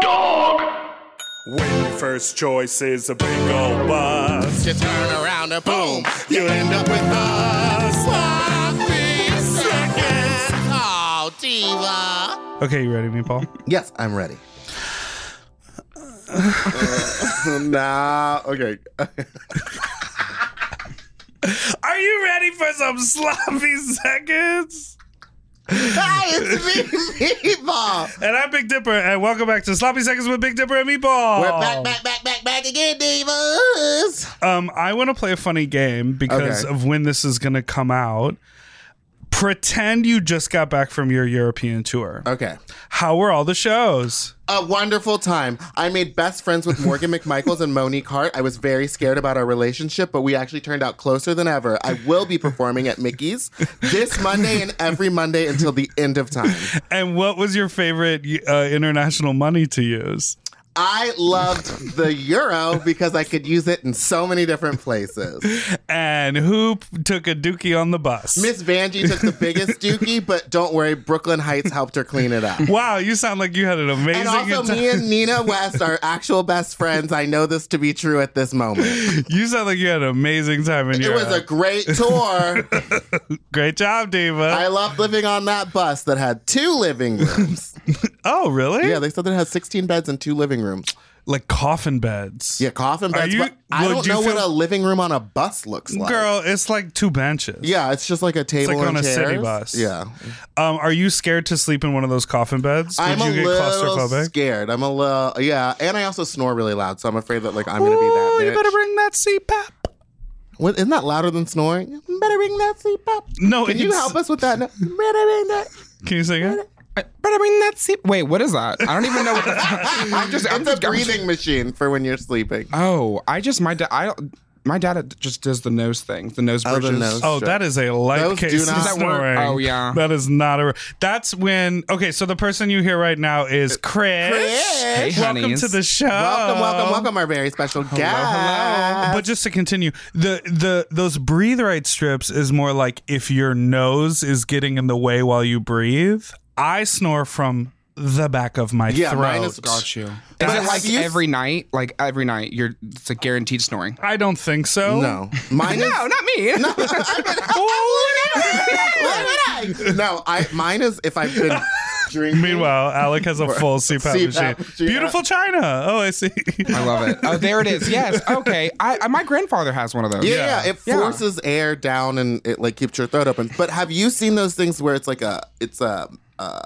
Dog. When your first choice is a big old bus, You turn around and boom, you end up with a sloppy second. Oh, diva. Okay, you ready, Meatball? Yes, I'm ready. nah, okay. Are you ready for some sloppy seconds? Hi, it's me, Meatball. And I'm Big Dipper, and welcome back to Sloppy Seconds with Big Dipper and Meatball. We're back, back, back, back, back again, divas. Um, I want to play a funny game because Okay. of when this is going to come out. Pretend you just got back from your European tour. Okay. How were all the shows? A wonderful time. I made best friends with Morgan McMichaels and Monique Hart. I was very scared about our relationship, but we actually turned out closer than ever. I will be performing at Mickey's this Monday and every Monday until the end of time. And what was your favorite uh, international money to use? I loved the Euro because I could use it in so many different places. And who p- took a dookie on the bus? Miss Vanjie took the biggest dookie, but don't worry, Brooklyn Heights helped her clean it up. wow, you sound like you had an amazing And also, time. me and Nina West are actual best friends. I know this to be true at this moment. you sound like you had an amazing time in It Europe. was a great tour. Great job, Diva. I loved living on that bus that had two living rooms. oh, really? Yeah, they said that it had 16 beds and two living rooms. like coffin beds. Yeah, coffin Are beds. you- but I well, don't do you know what feel- a living room on a bus looks like. Girl, it's like two benches. Yeah, it's just like a table like on and a chairs. city bus. Yeah, Um, are you scared to sleep in one of those coffin beds? I'm Would a you get little claustrophobic? scared. I'm a little yeah, and I also snore really loud, so I'm afraid that like I'm gonna be that Ooh, Oh, bitch. you better bring that CPAP. What, isn't that louder than snoring? Better ring that sleep up. No, Can you it's- help us with that? Better ring that. Can you sing it? But I mean, that's it. Wait, what is that? I don't even know. What the, I'm just, I'm It's Uh, a just breathing machine for when you're sleeping. Oh, I just my dad. I don't- my dad just does the nose thing, the nose Oh, the bridges. nose. Oh, Sure. that is a light Those do case of not- Does that work? snoring. Oh, yeah. that is not a. That's when. Okay, so the person you hear right now is Chris. Uh, Chris! Hey, welcome honeys. to the show. Welcome, welcome, welcome, our very special guest. But just to continue, the the those breathe right strips is more like if your nose is getting in the way while you breathe. I snore from the back of my Yeah, throat. mine is- Got you. Is But it have like you- every night? Like every night, you're it's a guaranteed snoring. I don't think so. no, mine is. No, not me. Why would I? No, I mine is if I've been drinking. Meanwhile, Alec has a full CPAP, CPAP machine. machine. Beautiful China. Oh, I see. I love it. Oh, there it is. Yes. Okay. I, I my grandfather has one of those. Yeah, yeah, it Yeah. forces air down and it like keeps your throat open. But have you seen those things where it's like a it's a, uh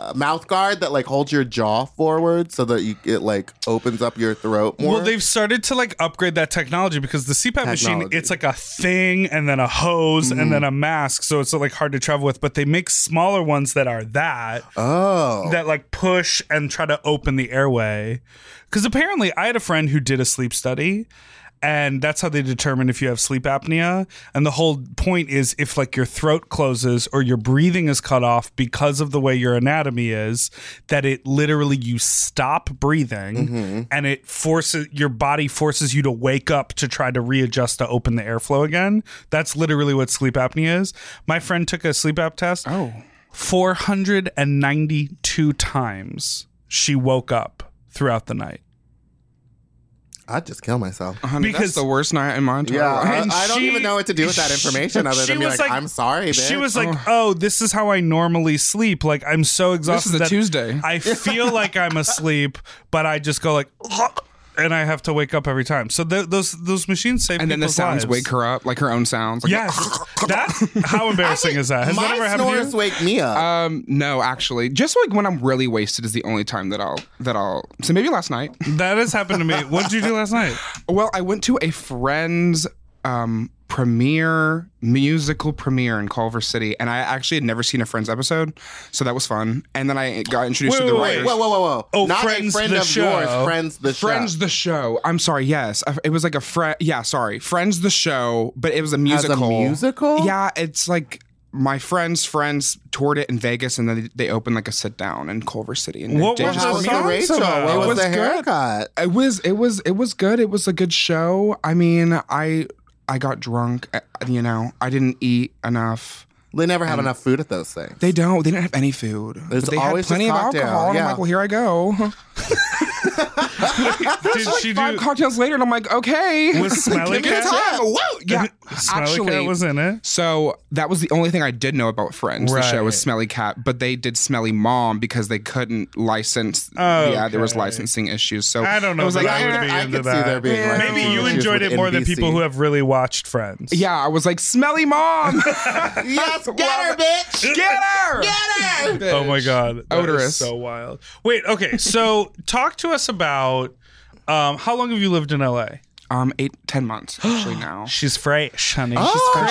a mouth guard that like holds your jaw forward so that you it like opens up your throat more? Well, they've started to like upgrade that technology because the CPAP machine, Technology. it's like a thing and then a hose and then a mask. So it's like hard to travel with, but they make smaller ones that are that. oh, that like push and try to open the airway. Because apparently, I had a friend who did a sleep study, and that's how they determine if you have sleep apnea. And the whole point is if like your throat closes or your breathing is cut off because of the way your anatomy is, that it literally you stop breathing and it forces your body forces you to wake up to try to readjust to open the airflow again. That's literally what sleep apnea is. My friend took a sleep app test. Oh. 492 times she woke up throughout the night. I'd just kill myself. Uh-huh. Honey, Because- that's the worst night in my entire Yeah, life. I, And I don't she- even know what to do with that information other she than be was like, like- I'm sorry. Bitch. She was like, "Oh, this is how I normally sleep. Like I'm so exhausted. is a that Tuesday." I feel like I'm asleep, but I just go like, and I have to wake up every time. So th- those those machines save. And then the people's sounds lives. wake her up, like her own sounds. Like, Yes, that how embarrassing is that? Has that ever my happened to snores you? wake me up. Um, no, actually, just like when I'm really wasted is the only time that I'll that I'll. So maybe last night. that has happened to me. What did you do last night? Well, I went to a friend's um premiere musical premiere in Culver City, and I actually had never seen a Friends episode, so that was fun. And then I got introduced Wait, to the wait, writers. wait. Whoa, whoa, whoa, whoa. Oh, Not Friends a friend the of show. yours, friends the Friends show. the show. I'm sorry. Yes, I- it was like a friend. Yeah, sorry. Friends the show, but it As was a a musical. musical? Yeah, it's like my friend's friends toured it in Vegas, and then they opened like a sit down in Culver City. And they What did was just the How premiere. was songs Rachel? about? What It was, was the good. haircut? It was it was it was good. It was a good show. I mean, I I got drunk. uh, You know, I didn't eat enough. They never have enough food at those things. They don't. They didn't have any food. There's but they always had just plenty of cocktail, alcohol. And yeah. I'm like, well, here I go. Did she Five do? cocktails later, and I'm like, okay. Was Smelly Give me the Cat? time. Whoa. Yeah. Smiley Actually, Cat was in it. So that was the only thing I did know about Friends. The show was Right. Smelly Cat, but they did Smelly Mom because they couldn't license. Yeah, there was Okay. licensing issues. So I don't it know. was that like, I eh, would be I into could see that. there being Yeah. Maybe you licensing enjoyed issues it more with than people NBC. who have really watched Friends. yeah, I was like Smelly Mom. yes, get her, bitch! Get her. Get her! Oh my god, that is Odorous. so wild. Wait, okay, so talk to us about um, how long have you lived in LA? Um, eight, ten months actually now. She's fresh, honey. Oh.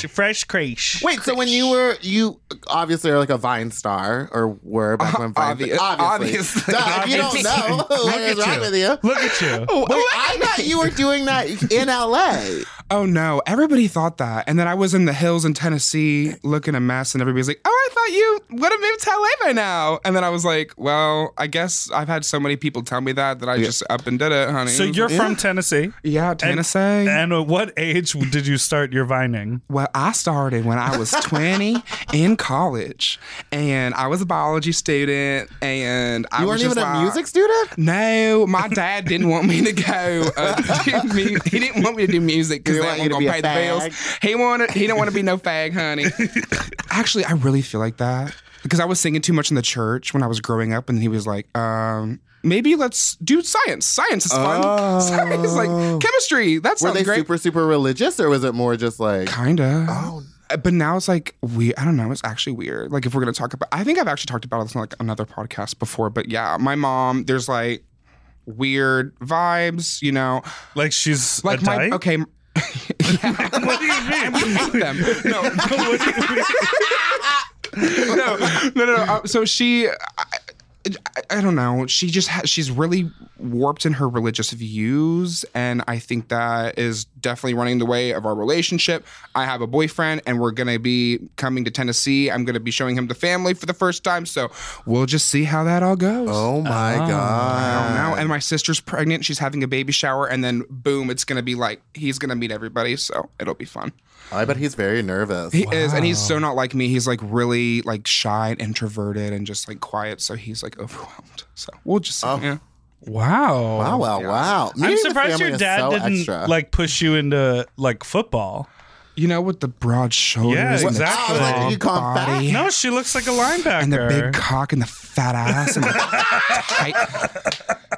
She's fresh, fresh, fresh, Wait, so when you were you obviously are like a Vine star or were back when Vine obvi- obviously. obviously. Duh, if you don't know what is wrong with you. Look at you. Wait, I thought you were doing that in LA. Oh no, everybody thought that. And then I was in the hills in Tennessee looking a mess, and everybody's like, oh, I thought you would have moved to LA by now. And then I was like, well, I guess I've had so many people tell me that that I just up and did it, honey. So you're from Tennessee. Yeah, Tennessee. And at what age did you start your vining? Well, I started when I was 20 in college, and I was a biology student, and I You was weren't even just a like- music student? No, my dad didn't want me to go. Uh, do mu- he didn't want me to do music because He want that wasn't you to gonna be pay a the bills. He wanted. He don't want to be no fag, honey. Actually, I really feel like that because I was singing too much in the church when I was growing up, and he was like, um, "Maybe let's do science. Science is fun. Science, like chemistry. That Oh. Were sounds they great. super, super religious or was it more just like Kinda. Oh. But now it's like we I don't know, it's actually weird. Like if we're gonna talk about I think I've actually talked about this on like another podcast before, but yeah, my mom, there's like weird vibes, you know. Like she's Like a my dyke? okay. yeah. What do you mean? hate them. No, What do you mean? no, no, no. no. Uh, so she, I, I, I don't know. She just ha- she's really warped in her religious views, and I think that is definitely running the way of our relationship. I have a boyfriend, and we're gonna be coming to Tennessee. I'm gonna be showing him the family for the first time, so we'll just see how that all goes. Oh my I don't god. know. And my sister's pregnant. She's having a baby shower, and then boom, it's gonna be like he's gonna meet everybody, so it'll be fun. I bet he's very nervous. He is, and he's so not like me. He's like really like shy and introverted and just like quiet. So he's like overwhelmed. So we'll just see. yeah. Wow. Oh. wow, wow, wow. I'm Meeting the surprised family your is dad so didn't extra. like push you into like football. You know, with the broad shoulders, Yeah, and exactly. I was like, the you call him fat? body, No, she looks like a linebacker. and the big cock and the fat ass and the tight.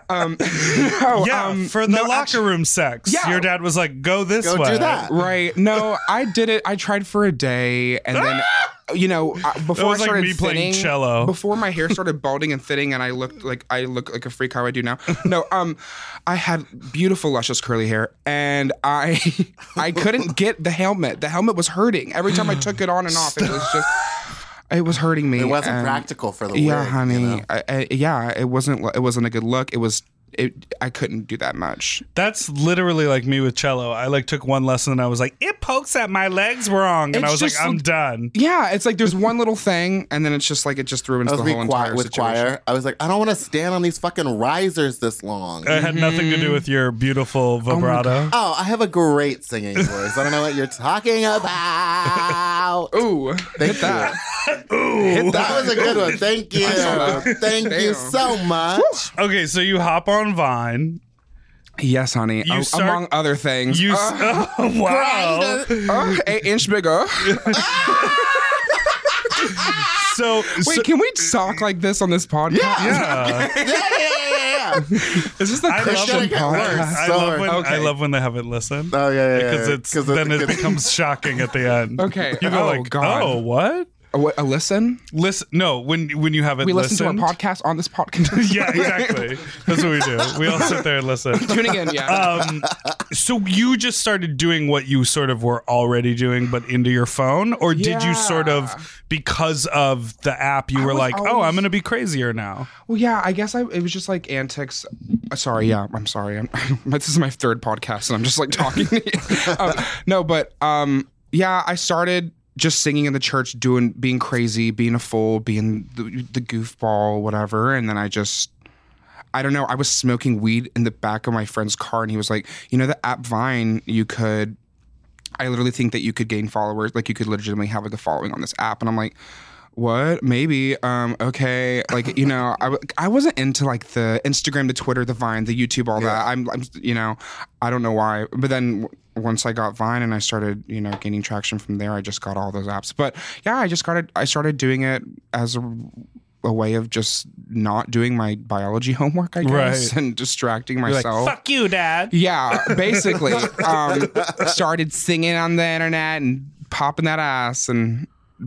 Um, no, yeah, um, for the no, locker actu- room sex. Yeah. Your dad was like, "Go this Go way." do that. Right. No, I did it. I tried for a day and then. You know, I- before was I like started me playing thinning- cello. Before my hair started balding and thinning, and I looked like I look like a freak how I do now. No, um, I had beautiful luscious curly hair, and I I couldn't get the helmet. The helmet was hurting every time I took it on and off. It was just it was hurting me. It wasn't and- practical for the um, Yeah, wig, you honey. know? I, I, yeah, it wasn't. It wasn't a good look. It was. It, I couldn't do that much. That's literally like me with cello. I like took one lesson and I was like, "It pokes at my legs wrong," and It's I was like, just- "I'm done." Yeah, it's like there's one little thing, and then it's just like it just ruins I the was whole with entire choir, with situation. choir. I was like, I don't want to stand on these fucking risers this long. It had nothing to Mm-hmm. do with your beautiful vibrato. oh, I have a great singing voice. I don't know what you're talking about. Ooh, Thank that. That was a good one. Thank you. Thank you so much. okay, so you hop on Vine. yes, honey. You a- start- among other things, You uh, s- Oh, wow. Grindr. uh, eight inch bigger. So, so- Wait, can we talk like this on this podcast? yeah, Oh. Yeah, yeah, yeah, yeah, yeah. Is this the I love, Christian when, shouldn't get podcast? worse. I, So- love when I Okay. love when they haven't listened. Oh, yeah, yeah, yeah, because yeah. it's 'Cause then it gets- becomes shocking at the end. Okay. you go Oh, like, God. "Oh, what?" A, what, a listen. Listen, no, when when you haven't We listen listened. to our podcast on this podcast. Yeah, exactly. That's what we do. We all sit there and listen. Tuning in, yeah. Um, So you just started doing what you sort of were already doing, but into your phone, or did you sort of because of the app you were was like, oh, always- I'm gonna be crazier now? Well, yeah, I guess I, it was just like antics. uh, Sorry, yeah, I'm sorry. I'm, this is my third podcast, and I'm just like talking. to you. um, no, but um, yeah, I started just singing in the church, doing being crazy, being a fool, being the, the goofball, whatever, and then I just. I don't know. I was smoking weed in the back of my friend's car, and he was like, "You know, the app Vine, you could I literally think that you could gain followers, like you could legitimately have like a following on this app. And I'm like, what? Maybe. Um, okay. Like, you know, I, w- I wasn't into like the Instagram, the Twitter, the Vine, the YouTube, all that. I'm, I'm, you know, I don't know why. But then w- once I got Vine and I started, you know, gaining traction from there, I just got all those apps. But yeah, I just got it. I started doing it as a, a way of just not doing my biology homework, I guess, Right. and distracting You're like, myself. fuck you, dad. Yeah, basically. um, started singing on the internet and popping that ass and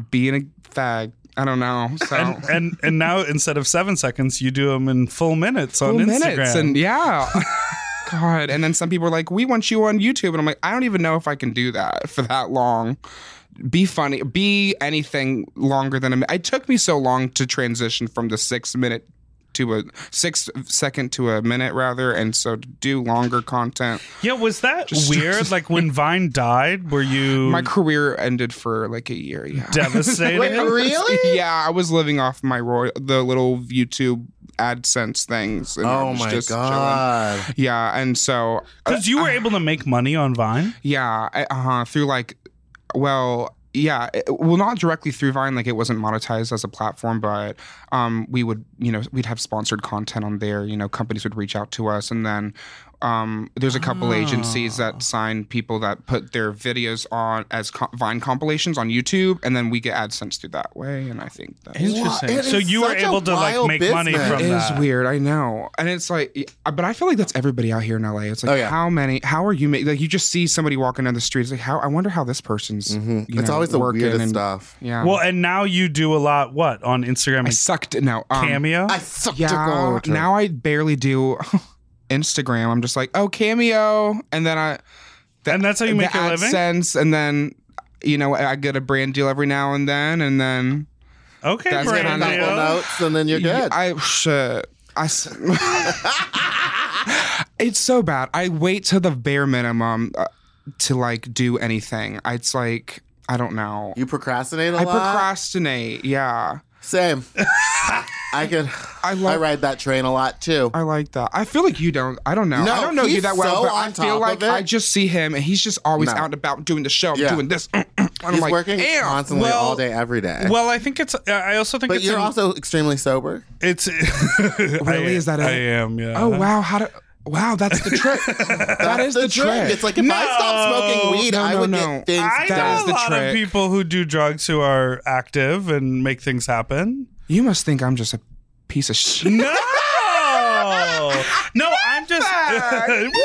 being a fag. I don't know. So And, and and now instead of seven seconds, you do them in full minutes Full on Instagram. minutes and yeah. God. And then some people are like, we want you on YouTube. And I'm like, I don't even know if I can do that for that long. Be funny. Be anything longer than a minute. It took me so long to transition from the six minute to a six second to a minute rather. And so to do longer content. yeah, was that weird? like when Vine died, were you My career ended for like a year. Yeah. devastated? Wait, really? Yeah, I was living off my roy the little YouTube AdSense things. And I Oh was my just chilling. god. Yeah, and so Because you were able to make money on Vine. yeah, I- uh-huh, through like, well, yeah, it- well, not directly through Vine, like it wasn't monetized as a platform, but um, we would, you know, we'd have sponsored content on there. You know, companies would reach out to us, and then um, there's a couple agencies that sign people that put their videos on as co- Vine compilations on YouTube, and then we get AdSense through that way. And I think that Wow, it So is you were such a able to like wild make money business. from It is that. weird, I know, and it's like, yeah, but I feel like that's everybody out here in LA. It's like, Oh, yeah. how many? How are you? Ma- like, you just see somebody walking down the street. It's like, how? I wonder how this person's. you Mm-hmm. It's know, always the working weirdest and- stuff. Yeah. Well, and now you do a lot. What on Instagram? I sucked. No. Um, Cameo. I sucked a Yeah. gold. Now I barely do Instagram. I'm just like, oh, cameo, and then I. the- And that's how you the make your living? AdSense, and then you know I get a brand deal every now and then, and then okay, That's Get a brand kinda- couple new. notes and then you're good. I shit. I. s- it's so bad. I wait to the bare minimum uh, to like do anything. It's like I don't know. you procrastinate a I lot. procrastinate. Yeah, Same. I could. I I, love- ride that train a lot too. I like that. I feel like you don't. I don't know. No, I don't know you he's that well, so but I on feel top like of it. I just see him and he's just always No. out and about doing the show, Yeah. doing this. and I'm He's like, working damn. constantly Well- all day, every day. Well, I think it's. I also think but it's. you're in- also extremely sober. It's Really? Is that it? I am. Yeah. Oh wow! How do? Wow, that's the trick. that is the, trick. It's like if I stopped smoking weed, No, I no, would no. get things I That know is a the lot of trick. people who do drugs who are active and make things happen. you must think I'm just a piece of shit. No, no, I'm just.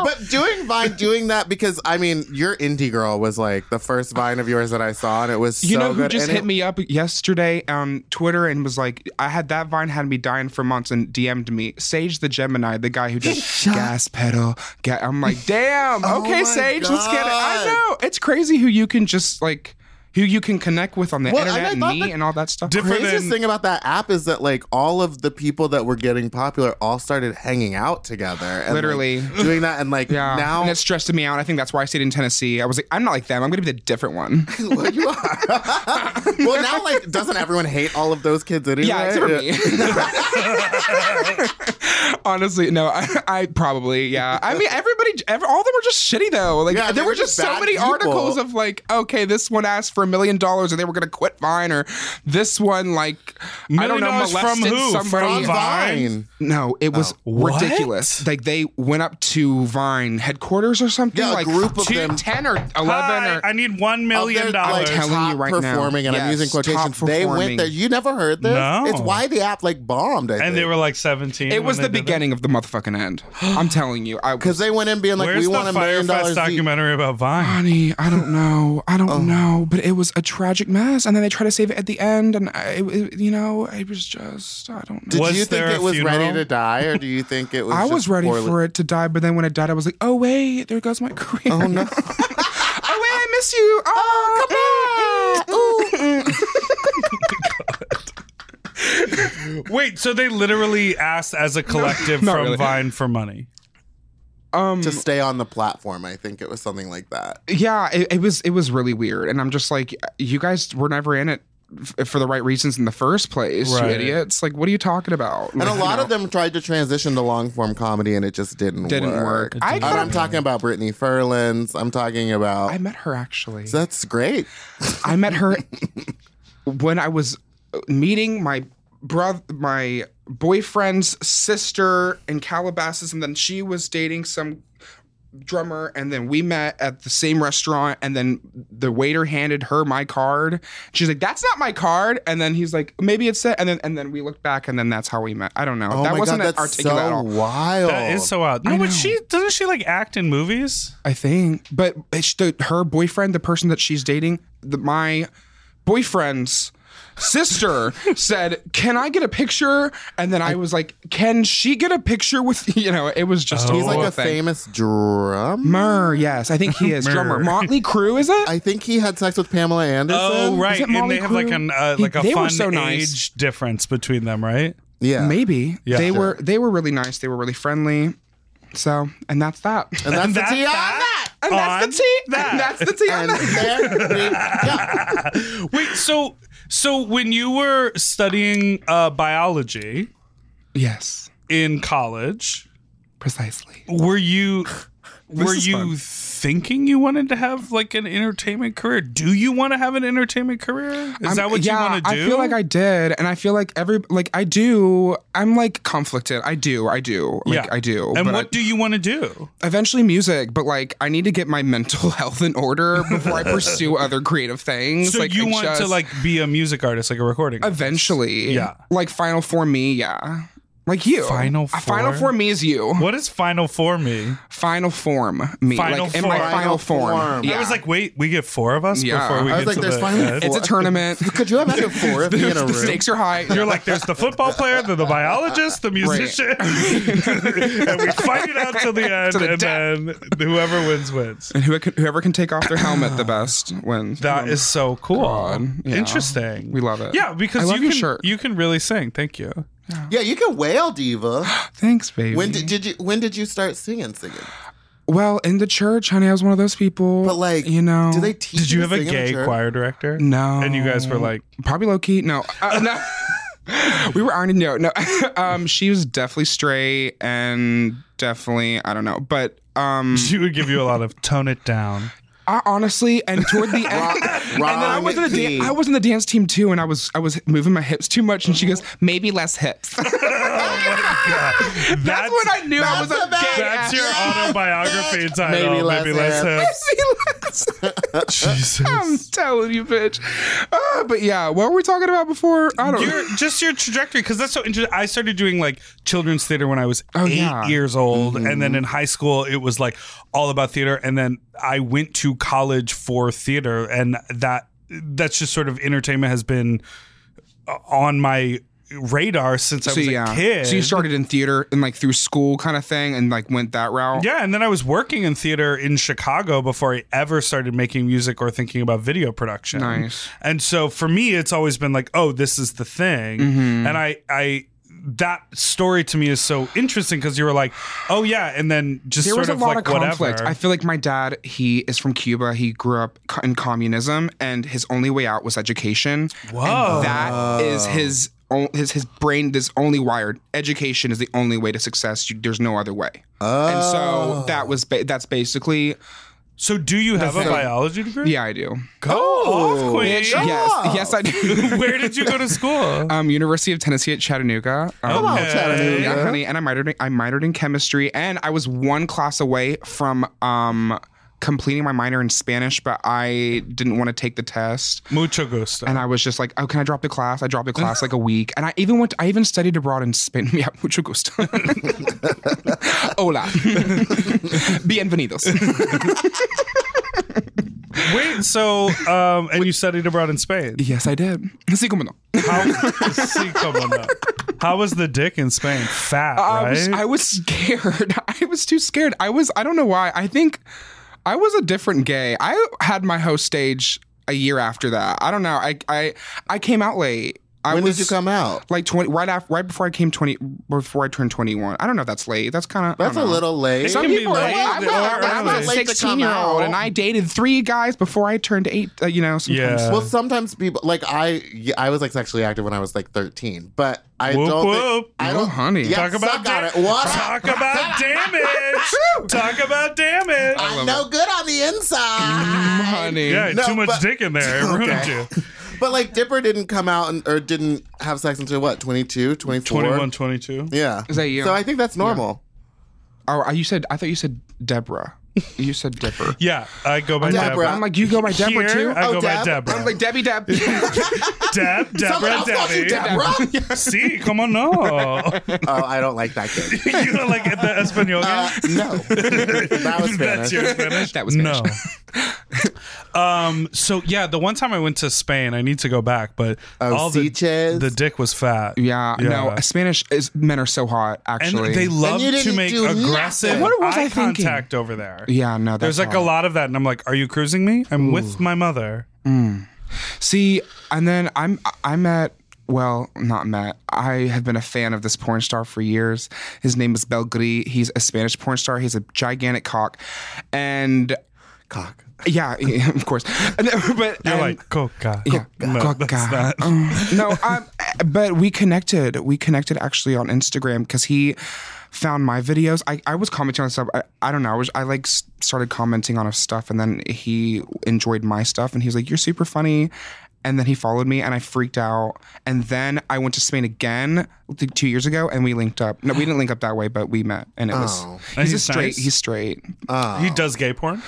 But doing Vine, doing that because I mean, your indie girl was like the first Vine of yours that I saw, and it was You so know who good. just And hit it- me up yesterday on Twitter and was like, I had that vine had me dying for months and DM'd me. Sage the Gemini, the guy who just gas pedal. Ga-. I'm like, damn, Oh okay, my Sage, let's get it. I God. know. It's crazy who you can just like, who you can connect with on the Well, and I internet and thought meet that- and all that stuff. Different- craziest than- thing about that app is that like all of the people that were getting popular all started hanging out together, and, like, Literally. doing that, and like Yeah. now and it stressed me out. I think that's why I stayed in Tennessee. I was like, I'm not like them. I'm going to be the different one. well, you are. well, now like doesn't everyone hate all of those kids anyway? Yeah, except for me. Honestly, no, I, I probably, yeah. I mean, everybody, every, all of them were just shitty though. Like, Yeah, they there were were just just so bad many people. articles of like, okay, this one asked for a million dollars and they were gonna quit Vine, or this one like, I Million don't know, dollars from molested who? somebody. Oh, From Vine? No, it was What? ridiculous. Like they went up to Vine headquarters or something. Yeah, a like group of two- them. ten or eleven Hi, or. I need one Of their, million like, dollars. telling top you right now. performing, and I'm Yes, using quotations. top They performing. went there. You never heard this? No. It's why the app like bombed. I and they were like 17. it when was they the did it. beginning of the motherfucking end. I'm telling you. I because they went in being like, Where's "We the want a Firefest million dollars." each." documentary about Vine? Oh. Honey, I don't know. I don't know, but it was a tragic mess. And then they try to save it at the end, and I, it- it- you know, it was just I don't know. Did Was you think there a it was ready funeral? to die, or do you think it was? I was just ready poorly- for it to die, but then when it died, I was like, oh wait, there goes my career. Oh no. oh wait, I miss you. Oh, Oh, come on. Wait, so they literally asked as a collective not from really. Vine for money. um, to stay on the platform. I think it was something like that. yeah, it, it was it was really weird, and I'm just like, you guys were never in it f- for the right reasons in the first place, you Right. idiots. Like, what are you talking about? And a lot of them tried to transition to long form comedy, and it just didn't didn't work. I, And kind I'm of- talking about Brittany Ferlins. I'm talking about. I met her actually. that's great. I met her when I was meeting my brother, my boyfriend's sister in Calabasas, and then she was dating some drummer, and then we met at the same restaurant, and then the waiter handed her my card. She's like, "That's not my card," and then he's like, "Maybe it's it," and then and then we looked back, and then that's how we met. I don't know. Oh that my wasn't god, that's articulate at so all. wild. That is so odd. No, but she doesn't she like act in movies? I think. But it's the, her boyfriend, the person that she's dating, the, my boyfriend's sister said, "Can I get a picture?" And then I, was like, "Can she get a picture with you know?" It was just Oh, He's like whole a thing. famous drummer. Mur. Yes, I think he is drummer. Murr. Motley Crue is it? I think he had sex with Pamela Anderson. Oh right, it and Motley they have like Crue? an uh, He- like a they were fun so nice. age difference between them, right? Yeah. Maybe Yeah. they Sure. were they were really nice. They were really friendly. So and that's that. And that's the tea on that. And that's the tea. And that's the tea. on And that. there we go. Wait, so so when you were studying uh, biology Yes, in college, precisely. were you were is you fun. thinking you wanted to have like an entertainment career? Do you want to have an entertainment career? Is that I'm- what yeah, you want to do? I feel like I did, and I feel like every like I do. I'm like conflicted. I do. I do. Like, I do. And but what I- do you want to do? eventually music, but like I need to get my mental health in order before I pursue other creative things. So like you I want to just- like be a music artist, like a recording. artist. eventually, Yeah. Like final for me, yeah. Like you, Final A final form? form me is you. What is final for me? Final form me, Final like in my form. final form. form. Yeah. I was like, wait, we get four of us Yeah. before we I was get like, to there's the finally end? four. it's a tournament. Could you imagine four of me in a the room? stakes are high. You're like, there's the football player, then the biologist, the musician, and we fight it out till the end, To the and then whoever wins wins. and whoever can, whoever can take off their helmet the best wins. That is so cool. God. Yeah. Interesting. We love it. Yeah, I because love you your can shirt. you can really sing. Thank you. Yeah, you can wail, diva. Thanks, baby. When did, did you? When did you start singing? Singing, Well, in the church, honey, I was one of those people. but like, you know, do they teach? Did you to have a sing in gay church? choir director? No. And you guys were like, probably low key. No, uh, no. we were ironing. No, no. um, she was definitely straight and definitely I don't know, but um, she would give you a lot of tone it down. I honestly and toward the end. And then I Wrong was in the key. dan- I was in the dance team too, and I was I was moving my hips too much, and she goes, "Maybe less hips." that's, That's, when I knew I was that's a about- gay. That's your autobiography title. Maybe Maybe less less, hips. ass. I'm Jesus. telling you, bitch. Uh, but yeah, what were we talking about before? I don't know. your just your trajectory because that's so interesting. I started doing like children's theater when I was Oh, eight yeah. Mm-hmm. years old, and then in high school it was like all about theater. And then I went to college for theater, and that that's just sort of entertainment has been uh, on my radar since I was a kid. So you started in theater and like through school kind of thing and like went that route. Yeah, and then I was working in theater in Chicago before I ever started making music or thinking about video production. Nice. And so for me, it's always been like, oh, this is the thing, Mm-hmm. and I, I. That story to me is so interesting because you were like, "Oh yeah," and then just There sort was a of lot like of conflict. whatever. I feel like my dad, he is from Cuba. He grew up co- in communism, and his only way out was education. Whoa. And that is his own, his his brain is only wired. Education is the only way to success. You, there's no other way. Oh. And Oh. so that was ba- that's basically so do you have a biology degree? yeah. I do. Oh, Go oh, off, queen. Bitch, yes, yes, I do. Where did you go to school? um, University of Tennessee at Chattanooga. Um, Come on, Chattanooga. Yeah, honey. And I minored, in, I minored in chemistry, and I was one class away from um, completing my minor in Spanish, but I didn't want to take the test. Mucho gusto. And I was just like, oh, can I drop the class? I dropped the class like a week. And I even went, I even studied abroad in Spain. Yeah, mucho gusto. Hola. Bienvenidos. Wait, so um, and you studied abroad in Spain. Yes, I did. Sí, cómo no. How, sí, cómo no. How was the dick in Spain? Fat, I right? was Um, I was scared. I was too scared. I was I don't know why. I think I was a different gay. I had my host stage a year after that. I don't know. I I I came out late. I When was did you come out? like 20 right after right before I came 20 before I turned 21. I don't know if that's late. That's kind of That's a little late. Some can be people are like, late I was, or I was a early. Late to 16 come year old out. and I dated three guys before I turned eight. Uh, you know, sometimes. yeah. Well, sometimes people like I. yeah, I was like sexually active when I was like 13, but I Whoop, don't. whoop. Think, I Oh, don't. honey. Yeah, talk about suck on da- it. What? Talk about damage. talk about damage. I'm no good on the inside. Honey. yeah, No, too much but- dick in there. It ruined Okay. you. But like Dipper didn't come out and, or didn't have sex until what 22, 24? 21, 22. Yeah. Is that you? So I think that's normal. Oh, you said I thought you said Deborah. You said Dipper. Yeah, I go by Deborah. Deborah. I'm like, you go by Deborah Here, too? I Oh, go by Deb? Deborah. I'm like Debbie Deb. Deb, Someone Deborah, else calls you Debbie. Deborah? See, come on, no. oh, I don't like that kid. you don't like the Espanol? Uh, no, that was That's Spanish. your Spanish. That was No. um. So yeah, the one time I went to Spain, I need to go back, but Oh, all the ceeches. the dick was fat. yeah, no, Spanish is men are so hot. and Actually, they love you to didn't make do aggressive nothing. What was eye I thinking? contact over there. yeah, no, that's There's like a hot. lot of that, and I'm like, "Are you cruising me? I'm with my mother." See, and then I'm I met well, not met. I have been a fan of this porn star for years. His name is Belgri. He's a Spanish porn star. He's a gigantic cock, and Cock. yeah, yeah, of course. And- but You're and- like Coca. Yeah. No, Coca. that's not. Oh. no, um, but we connected. We connected actually on Instagram because he found my videos. I, I was commenting on stuff. I, I don't know. I was I like s- started commenting on his stuff, and then he enjoyed my stuff, and he was like, "You're super funny." And then he followed me, and I freaked out. And then I went to Spain again like two years ago, and we linked up. No, we didn't link up that way, but we met, and it was. Oh. And He's, a he's straight. nice? He's straight. Uh, He does gay porn.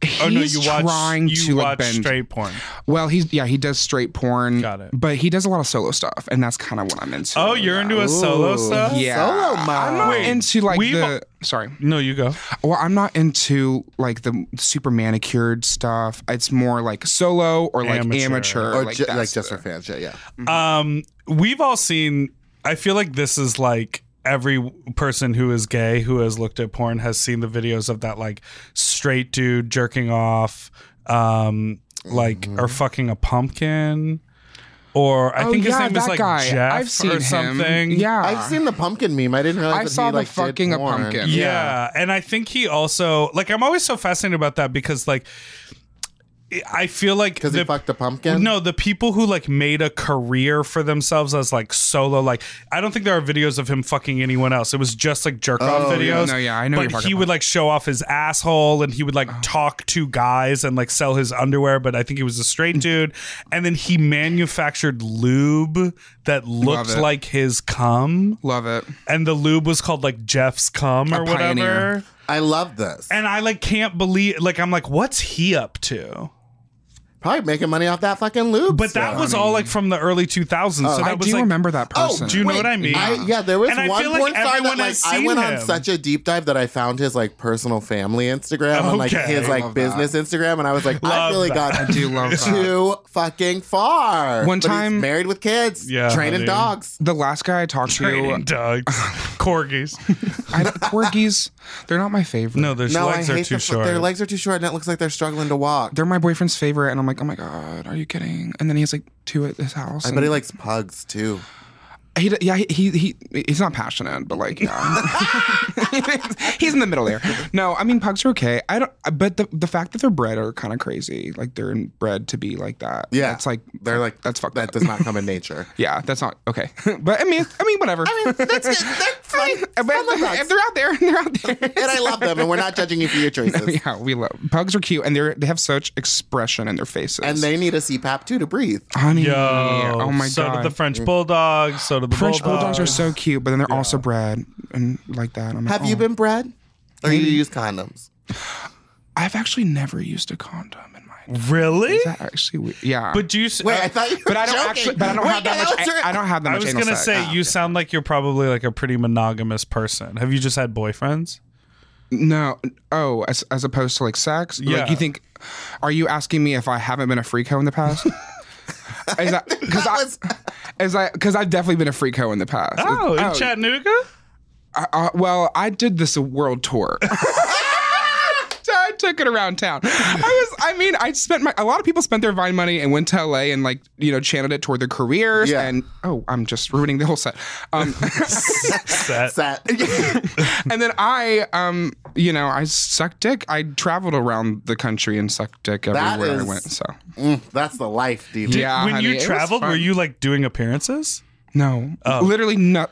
He's oh no, you watch trying you to watch like, bend. straight porn. Well, he's yeah, he does straight porn. Got it. But he does a lot of solo stuff, and that's kind of what I'm into. Oh, you're into a solo stuff. yeah. Solo mode. I'm not Wait, into like we've- the sorry. No, you go. Well, I'm not into like the super manicured stuff. It's more like solo or like Amateur. amateur, Or like, ju- that's like just the- for fan shit, yeah. Um, we've all seen. I feel like this is like every person who is gay who has looked at porn has seen the videos of that like straight dude jerking off, um, like or fucking a pumpkin, or I Mm-hmm. Oh, think his yeah, name is that like guy. Jeff I've seen or him. something. Yeah, I've seen the pumpkin meme. I didn't realize Uh. I that saw he, the like, did fucking a porn. pumpkin. Yeah. Yeah. And I think he also like I'm always so fascinated about that because like I feel like Because he the- fucked a pumpkin? No, the people who like made a career for themselves as like solo, like I don't think there are videos of him fucking anyone else. It was just like jerk off Oh, yeah. videos. No, yeah, I know But you're talking he would about. Oh. like show off his asshole, and he would like talk to guys and like sell his underwear. But I think he was a straight dude, and then he manufactured lube that looked it. like his cum, love it. and the lube was called like Jeff's cum or A whatever. pioneer. I love this. And I like can't believe like I'm like, what's he up to? Probably making money off that fucking lube. But still. that was all like from the early 2000s. so that Uh, I was do like, remember that Oh, person. Do you know what I mean? I, yeah, there was And I one feel like porn star everyone that like has I seen went on him. such a deep dive that I found his like personal family Instagram and like Okay. his Love like that. business Instagram, and I was like, Love I really that. I got do love that. too fucking far. One But he's time- married with kids, Yeah, training dude. dogs. The last guy I talked to, Training dogs, corgis. I, corgis, they're not my favorite. No, their No, legs I hate are too the- short. Their legs are too short, and it looks like they're struggling to walk. they're my boyfriend's favorite, and I'm like, oh my god, are you kidding? And then he's like two at his house. I and- bet he likes pugs too. He, yeah, he, he he he's not passionate, but like yeah, he's in the middle there. No, I mean pugs are okay. I don't, but the the fact that they're bred are kind of crazy. Like they're bred to be like that. Yeah, it's like they're like that's fucked That up. does not come in nature. yeah, that's not okay. but I mean, I mean, whatever. I mean, that's good. They're fine. But if they're out there, they're out there. and I love them, and we're not judging you for your choices. yeah, we love pugs are cute, and they are they have such expression in their faces. And they need a CPAP too to breathe. honey, Yo, oh my so god, did the French bulldogs. So did the French bulldogs. bulldogs are so cute, but then they're also bred and like that. I'm like, Have you oh. Mm. been bred? Or you use condoms? I've actually never used a condom in my. Is really. that actually weird? Yeah, But do you? s- Wait, I- I thought you were but I don't joking. actually. But I don't Wait, have that now much. it's your- I, I don't have that I much. was anal gonna sex. say you sound like you're probably like a pretty monogamous person. Have you just had boyfriends? no. Oh, as as opposed to like sex. Yeah. Like you think Are you asking me if I haven't been a freak hoe in the past? Is that because I, was- as I, because I've definitely been a freak hoe in the past. Oh, in Chattanooga? I, I, Uh, well, I did this world tour. So I took it around town. I was, I mean, I spent my, a lot of people spent their Vine money and went to LA and like, you know, channeled it toward their careers. Yeah. And, oh, I'm just ruining the whole set. Um, Set. Set. and then I, um, you know, I sucked dick. I traveled around the country and sucked dick That everywhere I is- went. So, Mm, that's the life, Diva. yeah. when honey, it you was traveled, were fun. you like doing appearances? No. Literally, no.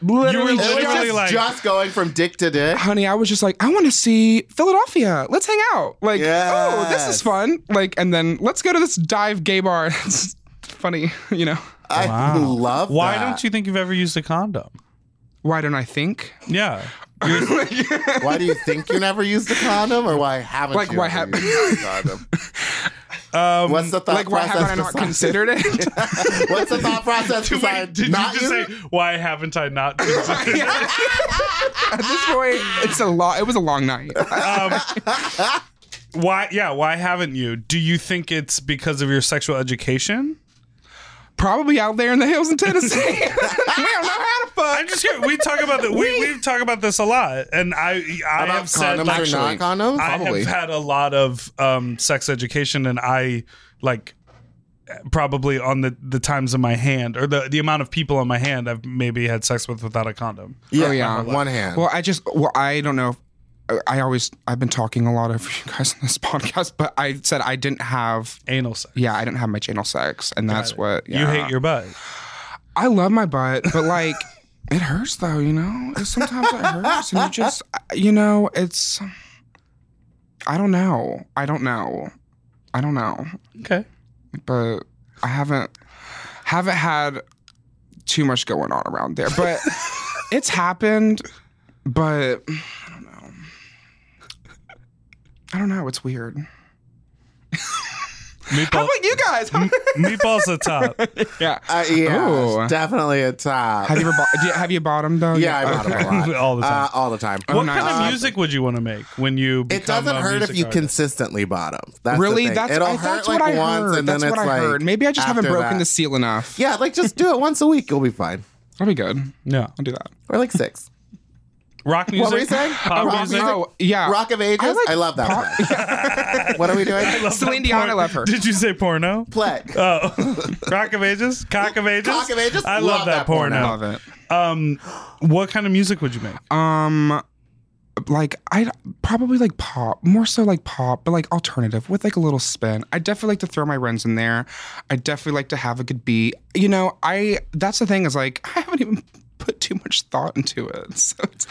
were Literally, It was Literally, just, like- just going from dick to dick. honey, I was just like, I want to see Philadelphia. Let's hang out. Like, oh, this is Yes. fun. Like, and then let's go to this dive gay bar. it's funny, you know. I love Why that. don't you think you've ever used a condom? Why don't I think? Yeah. Why do you think you never used a condom, or why haven't Like, you? why ever haven't- used a condom? Um, What's the thought Like, why process? haven't I not behind- considered it? What's the thought process Wait, beside did you not just say using- why haven't I not? At this point, it's a lot. It was a long night. why? Yeah, why haven't you? Do you think it's because of your sexual education? Probably out there in the hills in Tennessee. we don't know how to fuck. I'm just here. We talk about that. We, we talk about this a lot, and I I about have said condoms like, or not condoms? I Probably. have had a lot of um, sex education, and I like probably on the the times in my hand or the the amount of people on my hand I've maybe had sex with without a condom. yeah, Oh, yeah. on one hand. Well, I just, well, I don't know. If, I always, I've been talking a lot over you guys on this podcast, but I said I didn't have Anal sex. Yeah, I didn't have my anal sex, and that's what yeah. You hate your butt. I love my butt, but like, it hurts though. You know, It- sometimes it hurts, and you just, you know, it's. I don't know. I don't know. I don't know. Okay. But I haven't haven't had too much going on around there. But it's happened. But I don't know. I don't know. It's weird. How Meatball, about you guys? How- meatballs at top. yeah. Uh, yeah, Ooh. it's definitely a top. Have you ever bo- do you, have you bottomed though? yeah, I bought them a lot. All the time. Uh, all the time. What nice. kind Uh, of music would you want to make when you? It become doesn't a hurt if music you artist? consistently bottom. That's the really? thing. That's It'll I, hurt that's like what I once, heard. and That's then what it's I like heard. Maybe I just haven't after broken that. the seal enough. Yeah, like just do it once a week. You'll be fine, that'll be good. Yeah. I'll do that. or like six. Rock music. What were you saying? Pop Rock music. music? Oh yeah, Rock of Ages. I, like love that. one. what are we doing? Celine Dion. I love her. Did you say porno? Play. Oh, Rock of Ages, Cock of Ages, Cock of Ages? I love, that, porno. Love it. Um, what kind of music would you make? Um, like I probably like pop, more so like pop, but like alternative with like a little spin. I definitely like to throw my runs in there. I definitely like to have a good beat. You know, I that's the thing is like I haven't even put too much thought into it. So it's,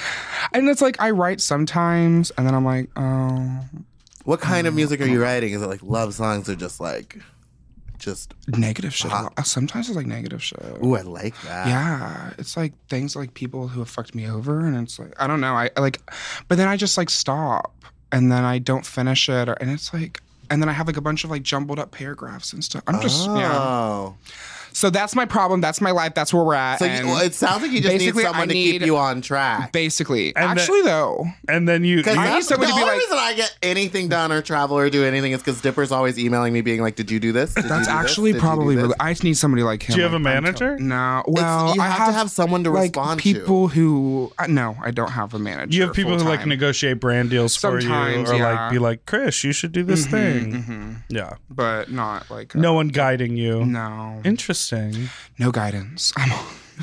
and it's like I write sometimes, and then I'm like, oh, What kind of music are you writing? Is it like love songs or just like, just negative shit. a lot. Sometimes it's like negative shit. ooh, I like that. Yeah, it's like things like people who have fucked me over, and it's like I don't know. I I like, but then I just like stop, and then I don't finish it, or, and it's like, and then I have like a bunch of like jumbled up paragraphs and stuff. I'm just yeah. Oh, So that's my problem. That's my life. That's where we're at. so and you, well, it sounds like you just need basically, I someone to keep need- you on track. basically, And the- actually though, And then you, Because you- that's the someone to be only like- reason I get anything done or travel or do anything is because Dipper's always emailing me being like, "Did you do this?" Did you that's do this? actually Did you do probably. this?" Really, I just need somebody like him. do you have a like, I'm manager? No. It's- Well, you I have, to have someone to like respond to. people who uh, no, I don't have a manager. You have people who like full-time. negotiate brand deals for you, Sometimes, or yeah. Mm-hmm, like be like, Chris, you should do this thing. Yeah, but not like uh, no one guiding you. no Interesting. no guidance. I'm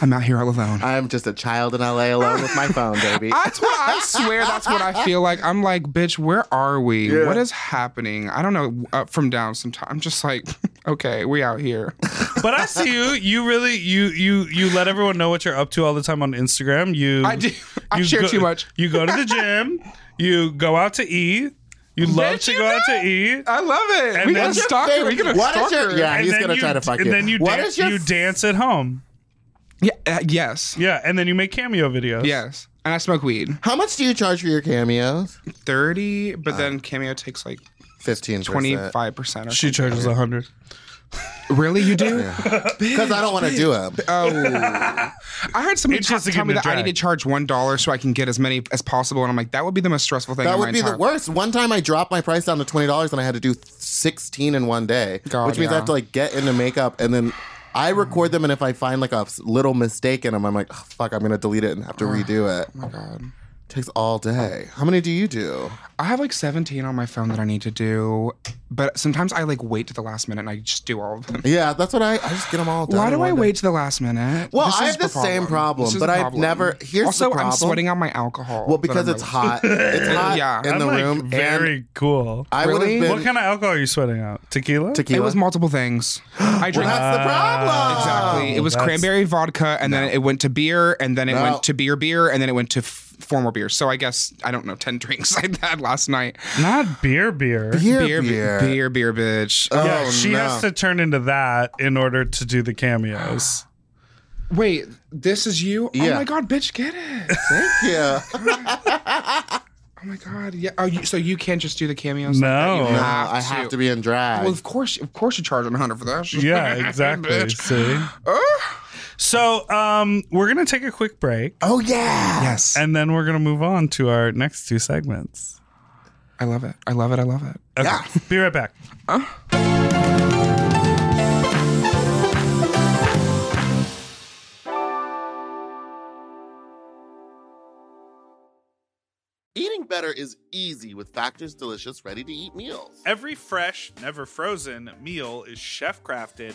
I'm out here all alone. I'm just a child in LA alone with my phone, baby. That's what I swear. That's what I feel like. I'm like, bitch, where are we? What is happening? I don't know. Up from down. Sometimes I'm just like, okay, we out here. But I see you. You really you you you let everyone know what you're up to all the time on Instagram. You I do. I you share go- too much. You go to the gym. You go out to eat. You love Bitch, to you go out to know. eat. I love it. And we then- gonna stalk her. We gonna What stalk is your- her. yeah. and he's then gonna you, try to fuck and you. then you What dan- is your you f- dance at home. Yeah, uh, yes. Yeah, and then you make cameo videos. Yes. And I smoke weed. How much do you charge for your cameos? Thirty, but then Cameo takes like Fifteen. twenty five percent. She charges a hundred. Really, you do? Because I don't want to do it. Oh, I heard somebody ta- Interesting tell me in the that I need to drag. charge one dollar so I can get as many as possible, and I'm like, that would be the most stressful thing. That in would my be the entire- worst. One time I dropped my price down to twenty dollars and I had to do sixteen in one day, God, which means I yeah. have to like get into makeup and then I record them. And if I find like a s- little mistake in them, I'm like, "Oh, fuck, I'm gonna delete it and have to redo it. Oh my god. takes all day. How many do you do? I have like 17 on my phone that I need to do, but sometimes I like wait to the last minute and I just do all of them. Yeah, that's what I. I just get them all done. Why in do one I day. wait to the last minute? Well, I is have the same problem, is but the I've never- here's the also, problem. I'm sweating on my alcohol. Well, that because I'm it's really- hot. It's hot Yeah. in I'm the like room. very and cool. I would Really? have been. what kind of alcohol are you sweating out? Tequila? tequila? It was multiple things. I drink. That's the problem. Exactly. It was that's- cranberry vodka, and then it went to beer, and then it No. went to beer, beer, and then it went to f- four more beers. So I guess I don't know, ten drinks I had last night. Not beer, beer. Beer, beer, Beer, beer, beer, beer, bitch. Oh, yeah, she no. has to turn into that in order to do the cameos. Wait, this is you? Oh Yeah. my god, bitch, get it. Yeah. Oh my god, yeah. Oh, you, so you can't just do the cameos? No. like that. No, You Uh, I have to be in drag. Well, of course, of course, you charge them hundred for that. Yeah, exactly. Bitch. See? So um, we're going to take a quick break oh yeah. Yes, and then we're going to move on to our next two segments. I love it. I love it. I love it. Okay. Yeah. Be right back. Eating better is easy with Factor's delicious ready-to-eat meals. Every fresh, never frozen meal is chef crafted,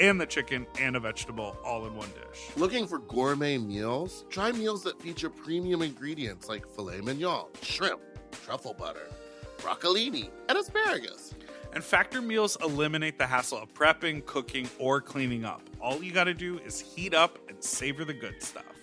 and the chicken and a vegetable all in one dish. Looking for gourmet meals? Try meals that feature premium ingredients like filet mignon, shrimp, truffle butter, broccolini, and asparagus. And Factor meals eliminate the hassle of prepping, cooking, or cleaning up. All you got to do is heat up and savor the good stuff.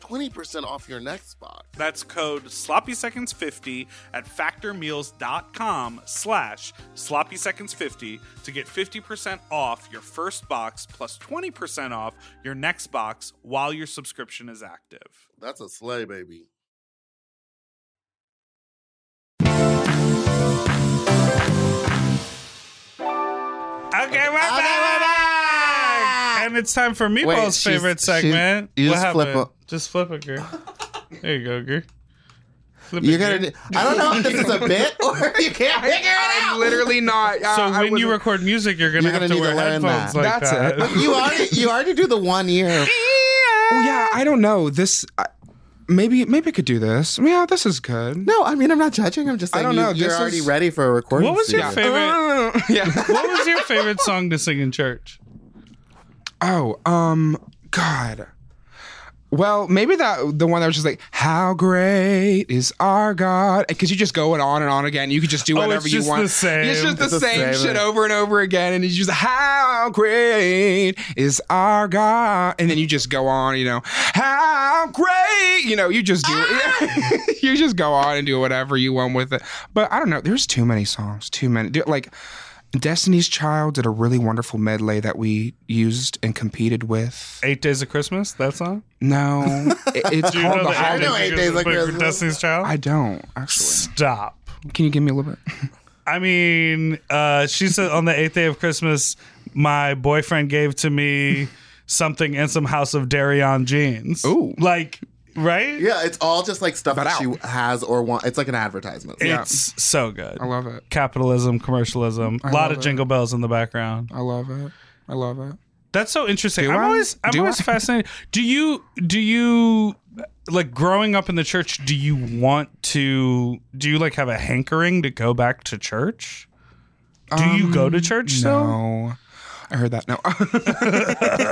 20% off your next box. That's code sloppyseconds50 at factormeals.com slash sloppyseconds50 to get 50% off your first box plus 20% off your next box while your subscription is active. That's a sleigh, baby. Okay, we're back. And it's time for Meatball's Wait, she's- favorite she's- segment. you what just happened? flip a- Just flip it, girl. There you go, girl. Flip You're it, gonna. girl. I don't know if this is a bit or you can't figure it out. I'm literally not. uh, So I- I when you wasn't- record music, you're gonna Uh, You're have gonna to need wear to learn headphones that. like That's that. it. You already you already do the one ear. Oh yeah, I don't know. This I, maybe maybe I could do this. Yeah, this is good. No, I mean I'm not judging. I'm just I saying don't know, You, are this already is- ready for a recording. What was your studio. favorite? Uh, yeah. What was your favorite song to sing in church? Oh, um, God. Well, maybe that the one that was just like, "How great is our God?" Because you just go and on and on again. You could just do Oh, it's whatever you just want. the same. It's just the It's the same, same. shit over and over again, and you just "How great is our God?" And then you just go on. You know, "How great," you know, you just do Ah! it. you just go on and do whatever you want with it. But I don't know. There's too many songs. Too many. There- Like. Destiny's Child did a really wonderful medley that we used and competed with. Eight Days of Christmas, that song? No, it- it's Do you know called the that Holiday. know Eight Days of but Christmas. Destiny's Child? I don't actually. Stop. Can you give me a little bit? I mean, uh, she said on the eighth day of Christmas, my boyfriend gave to me something and some House of Darion jeans. Ooh. Like, right? Yeah, it's all just like stuff But that out. she has or wants. It's like an advertisement. It's so good. I love it. Capitalism, commercialism, a lot love of it. jingle bells in the background. I love it. I love it. That's so interesting. I'm I? always I'm Do always I? fascinated. Do you do you like growing up in the church, do you want to do you like have a hankering to go back to church? Do you go to church still? Um, No, I heard that. No,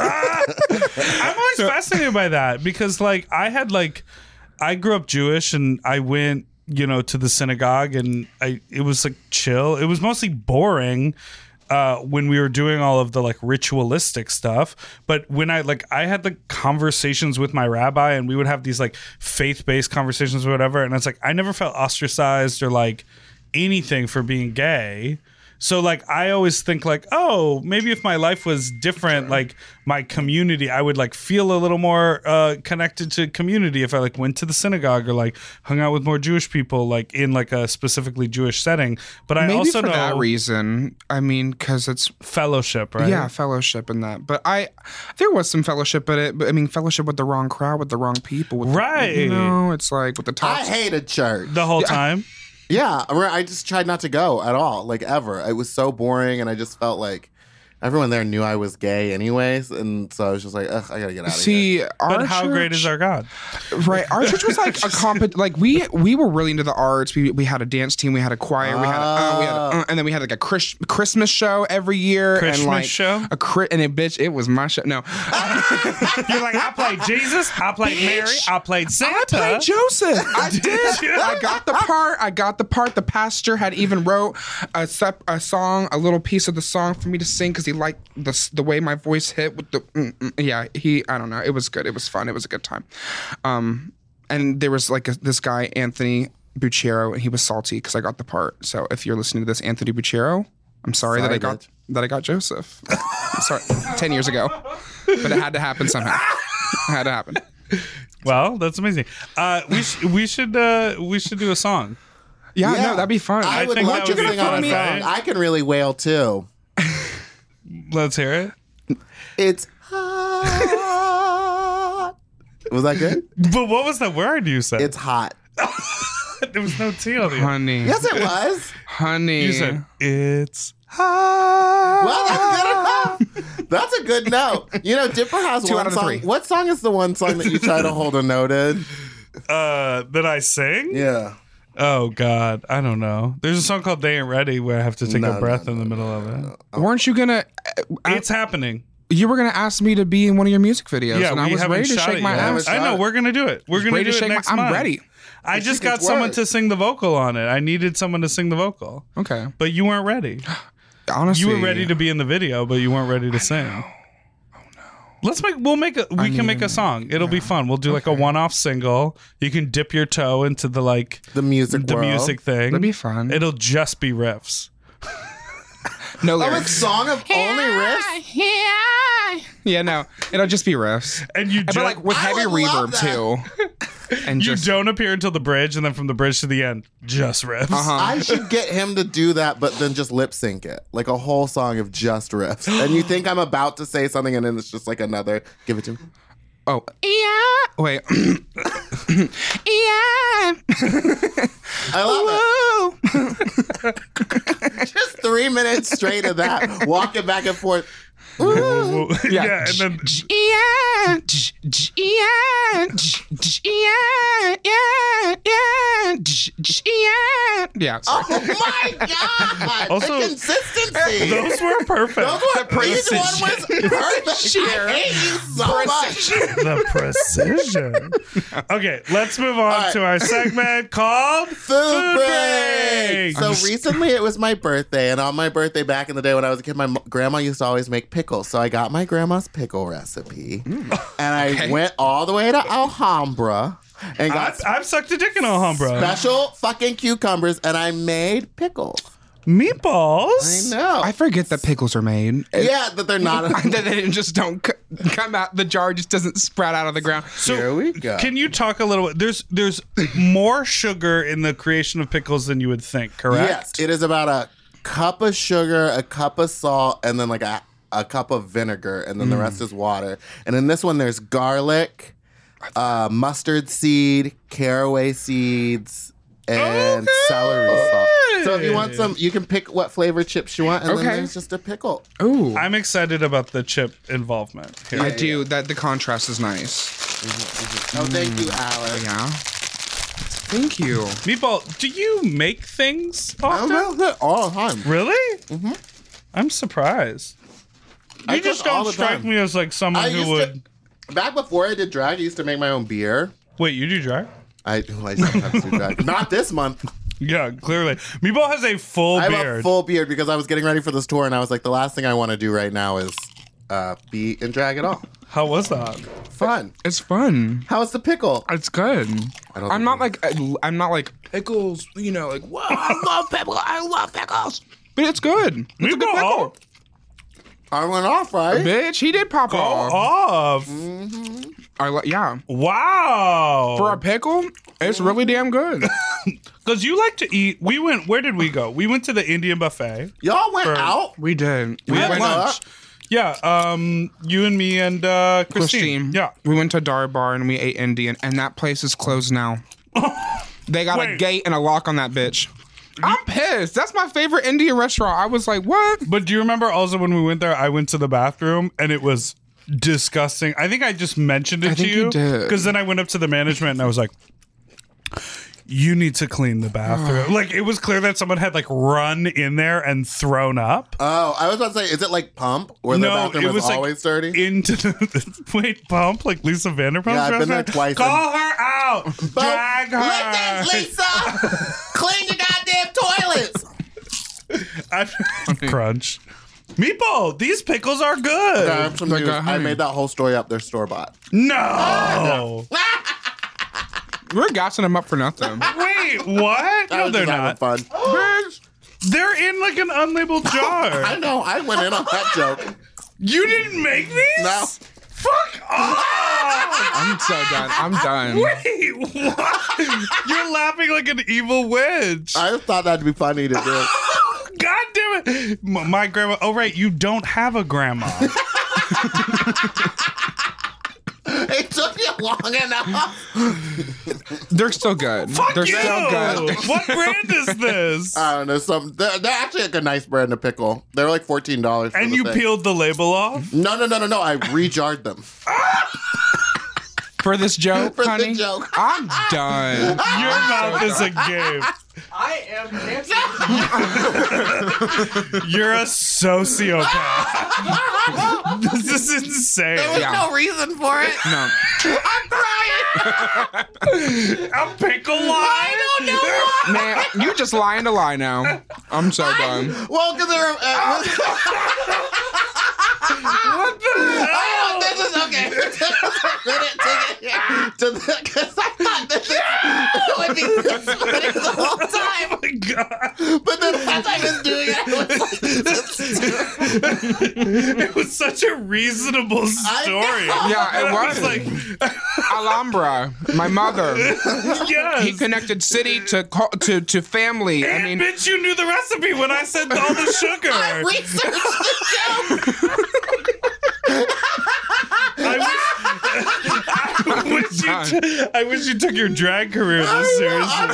I'm always fascinated by that because like I had like I grew up Jewish and I went you know to the synagogue and I it was like chill. It was mostly boring uh, when we were doing all of the like ritualistic stuff. But when I like I had like conversations with my rabbi and we would have these like faith based conversations or whatever. And it's like I never felt ostracized or like anything for being gay. So like I always think like, oh, maybe if my life was different, like my community, I would like feel a little more uh, connected to community if I like went to the synagogue or like hung out with more Jewish people, like in like a specifically Jewish setting. But I maybe also for know that reason. I mean, because it's fellowship, right? yeah, fellowship and that. But I, there was some fellowship, but it. But I mean, fellowship with the wrong crowd, with the wrong people. With the- Right. you know, it's like with the top. I hated church. the whole time. Yeah, I remember I just tried not to go at all, like ever. It was so boring, and I just felt like everyone there knew I was gay, anyways. And so I was just like, ugh, I gotta get out of here. See, our But how great church- is our God? Right, our church was like a comp. Like we we were really into the arts. We we had a dance team. We had a choir. We had a, uh, we had a, uh, and then we had like a Chris, Christmas show every year. Christmas and like show? A cri- and it bitch, it was my show. No, You're like, I played Jesus, I played Mary, I played Santa. I played Joseph. I did. you? I got the part. I got the part. The pastor had even wrote a sep- a song, a little piece of the song for me to sing because he liked the s- the way my voice hit with the mm, mm. yeah. He I don't know. It was good. It was fun. It was a good time. Um, and there was like a, this guy Anthony Bucciero, and he was salty because I got the part. So if you're listening to this, Anthony Bucciero, I'm sorry, that Sorry, I got bitch. that I got Joseph. sorry, ten years ago, but it had to happen somehow. it had to happen. Well, that's amazing. Uh, we sh- we should uh, we should do a song. Yeah, Yeah. no, that'd be fun. I, I would think that love to would be sing on fun, a right? song. I can really wail too. Let's hear it. It's hot. Was that good? But what was the word you said? It's hot. there was no T on the end. honey. Yes, it was. honey. You said it's Well, that's good enough. That's a good note. You know, Dipper has Two one out of the song. three. What song is the one song that you try to hold a note in? uh, that I sing. Yeah. Oh God, I don't know. There's a song called "They Ain't Ready" where I have to take No, a no, breath in the middle of it. weren't you gonna? I- It's happening. you were gonna ask me to be in one of your music videos, Yeah, and I we was haven't ready to shot shake it my yet. ass. I know shot it. we're gonna do it. We're gonna ready do to it shake my- next I'm month. ready. I just think got it's someone work. to sing the vocal on it. I needed someone to sing the vocal, Okay, but you weren't ready. honestly, You were ready to be in the video, but you weren't ready to sing. Let's make we'll make a we can make a song. It'll be fun. We'll do like a one-off single. You can dip your toe into the like The music. the world. music thing. That'd be fun. It'll just be riffs. No Oh, it's lyrics. song of only riffs. yeah, no, it'll just be riffs, And you but don't, like with I heavy would love reverb too, and you just don't appear until the bridge, and then from the bridge to the end, just riffs. uh-huh. I should get him to do that, but then just lip sync it like a whole song of just riffs. And you think I'm about to say something, and then it's just like another. Give it to me. Oh, yeah. Wait. yeah. I love it. hello. Just three minutes straight of that, walking back and forth. Oh Well, yeah. and then yeah, yeah, yeah, yeah, yeah, yeah. Yeah. Oh sorry. my god! Also- the consistency. those were perfect. Those were each one was perfect. I hate you so much. the precision. Okay, let's move on right. to our segment called Food break. Break. So recently, it was my birthday, and on my birthday back in the day when I was a kid, my mo- grandma used to always make pickles. So I got my grandma's pickle recipe, Mm. and I went all the way to Alhambra and I, got I've sucked a dick in Alhambra. special fucking cucumbers, and I made pickles. I Meatballs. know. I forget that pickles are made. yeah, that they're not. that they didn't just don't c- come out. The jar just doesn't sprout out of the ground. Here we go. Can you talk a little? There's there's more sugar in the creation of pickles than you would think. Correct. Yes, it is about a cup of sugar, a cup of salt, and then like a, a cup of vinegar, and then the rest Mm. is water. And in this one, there's garlic, uh, mustard seed, caraway seeds, and celery salt. So if you want some, you can pick what flavor chips you want, and Okay. then there's just a pickle. Ooh, I'm excited about the chip involvement here. I do. That the contrast is nice. Oh, thank you, Alex. Yeah. Thank you. Meatball, do you make things I often? don't know, all the time. Really? Mm-hmm. I'm surprised. You I just cook all don't the strike time. me as like someone I used who would. to back before I did drag. I used to make my own beer. Wait, you do dry? I, well, I sometimes do drag. Not this month. Yeah, clearly. Meatball has a full I have beard. a full beard because I was getting ready for this tour, and I was like, the last thing I want to do right now is uh, be in drag at all. How was that? Fun. It's fun. How's the pickle? It's good. I don't I'm think not like I'm not like pickles. You know, like whoa, I love pickles. I love pickles. But it's good. It's a good Meatball, pickle. I went off, right? Bitch, he did pop go off. oh, off. I li- yeah. For a Wow. pickle, it's really damn good. Because you like to eat. We went, where did we go? We went to the Indian buffet. Y'all went Burn. out. we did. We, We had went out? lunch. Yeah, um, you and me and uh, Christine. Christine. Yeah. We went to Dar Bar and we ate Indian, and that place is closed now. they got a Wait. gate and a lock on that bitch. I'm pissed. That's my favorite Indian restaurant. I was like, what? But do you remember also when we went there, I went to the bathroom and it was disgusting. I think I just mentioned it to think you did. Because then I went up to the management and I was like, you need to clean the bathroom. like it was clear that someone had like run in there and thrown up. Oh, I was about to say, is it like pump where the bathroom is always dirty? into the wait pump like Lisa Vanderpump. Yeah, I've been there twice Call her out, drag her. Listen, Lisa, clean your goddamn toilets. I've- crunch. Meatball, these pickles are good. I have some Like, news. uh, I honey. made that whole story up. They're store bought. no. We're gassing them up for nothing. Wait, what? I No, was they're just not. having fun. Bitch. They're in like an unlabeled I jar. know. I went in on that joke. you didn't make these? No. Fuck off! I'm so done. I'm done. Wait, what? You're laughing like an evil witch. I just thought that'd be funny to do. God damn it! M- my grandma. Oh right, you don't have a grandma. It took you long enough. They're still good. They're You! still good. What brand is this? Uh, I don't know. Some they're, they're actually like a nice brand of pickle. They're like fourteen dollars. and you peeled the label off. No, no, no, no, no. I rejarred them. For this joke, For the honey. joke. I'm done. Your mouth is a game. I am Nancy. You're a sociopath. this is insane. Yeah. No reason for it. No. I'm crying. A pickle line? I don't know. Man, you just lying to lie now. I'm so done. Well, because they're. Uh, What the hell? Oh, this is okay. Because I thought that this would be this funny the whole time, Oh my god. but then as I was doing it, I was like, this is It was such a reasonable story. know. Yeah, it I was. was like, Alhambra, my mother. yes. He connected city to co- to to family. I And mean, bitch, you knew the recipe when I said all the sugar. I, research the joke. wish, I wish you I wish you took your drag career this seriously.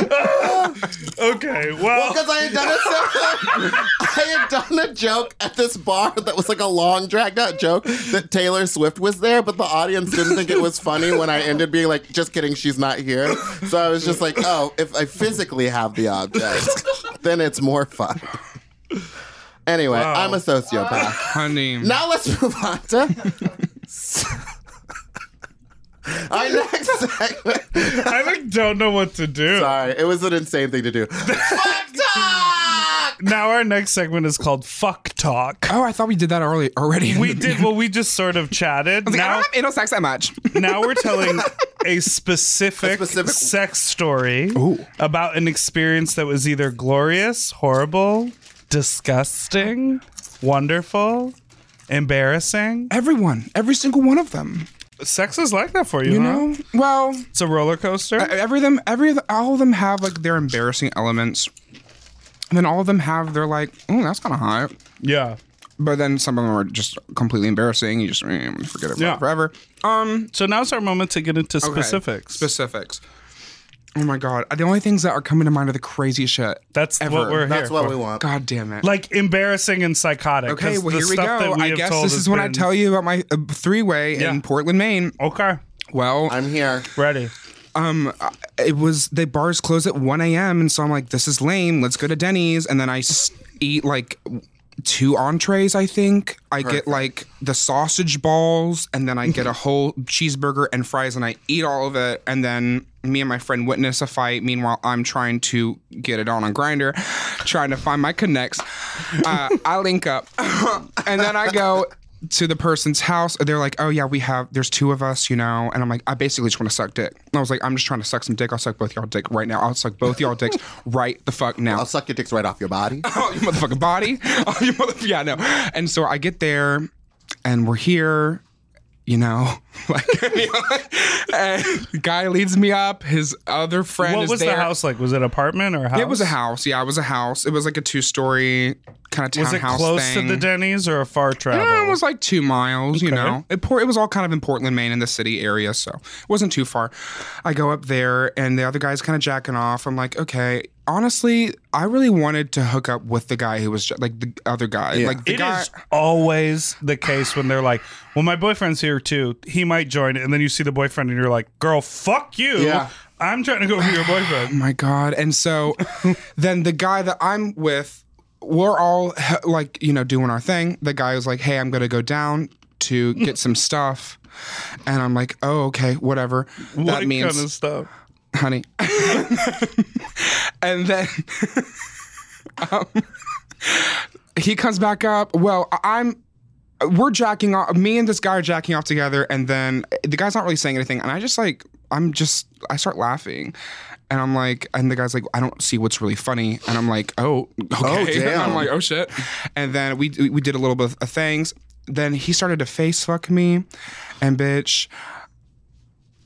Okay, well, Because I had done a I had done a joke at this bar that was like a long dragged out joke that Taylor Swift was there, but the audience didn't think it was funny when I ended being like, just kidding, she's not here. So I was just like, oh, if I physically have the object, then it's more fun. Anyway, Wow. I'm a sociopath. Honey. Now let's move on to our next segment. I like don't know what to do. Sorry, it was an insane thing to do. Fuck talk! Now our next segment is called "Fuck Talk." Oh, I thought we did that already. Already, We did well. We just sort of chatted. Like, I now, don't have anal sex that much. now we're telling a specific, A specific- sex story about an experience that was either glorious, horrible, disgusting, wonderful, embarrassing. Everyone, every single one of them. Sex is like that for you, You huh? know. Well, It's a roller coaster. every them, every all of them have like their embarrassing elements. And then all of them have their like, oh, that's kind of hot. yeah. But then some of them are just completely embarrassing. You just mm, forget it Yeah. forever. Um, So now's our moment to get into okay. specifics. Specifics. Oh my god! The only things that are coming to mind are the crazy shit. That's ever. what we're That's here what for. we want. God damn it! Like embarrassing and psychotic. okay, 'cause well the here we stuff go. That we I have guess told this has is when I been- tell you about my uh, three-way Yeah. in Portland, Maine. Okay, Well, I'm here. ready. it was the bars close at 1 a.m. and so I'm like, this is lame. Let's go to Denny's. And then I s- eat like two entrees, I think. I get like the sausage balls and then I get a whole cheeseburger and fries and I eat all of it. And then me and my friend witness a fight. Meanwhile, I'm trying to get it on on Grinder, trying to find my connects. Uh, I link up and then I go to the person's house and they're like, oh yeah, we have, there's two of us, you know? And I'm like, I basically just want to suck dick. And I was like, I'm just trying to suck some dick. I'll suck both y'all dick right now. I'll suck both y'all dicks right the fuck now. I'll suck your dicks right off your body. oh, your motherfucking body. Oh, your motherfucking, yeah, no. And so I get there and we're here, you know, like, and the guy leads me up. His other friend What is was there. the house like? Was it an apartment or a house? It was a house. Yeah, it was a house. It was like a two story kind of Was townhouse it close thing. to the Denny's or a far travel? Yeah, it was like two miles, you Okay. know. It, por- it was all kind of in Portland, Maine, in the city area, so it wasn't too far. I go up there, and the other guy's kind of jacking off. I'm like, okay, honestly, I really wanted to hook up with the guy who was ja- like the other guy, like the It guy. is always the case when they're like, "Well, my boyfriend's here too. He might join." And then you see the boyfriend, and you're like, "Girl, fuck you! Yeah. I'm trying to go for your Oh boyfriend." my god! And so, then the guy that I'm with, we're all he- like, you know, doing our thing. The guy was like, "Hey, I'm gonna go down to get some stuff," and I'm like, "Oh, okay, whatever." what that means kind of stuff? honey. and then um, he comes back up. Well, I- I'm. We're jacking off. Me and this guy are jacking off together, and then the guy's not really saying anything. And I just like, I'm just, I start laughing, and I'm like, and the guy's like, I don't see what's really funny, and I'm like, oh, okay. damn. I'm like, oh shit. And then we we did a little bit of things. Then he started to face fuck me, and bitch,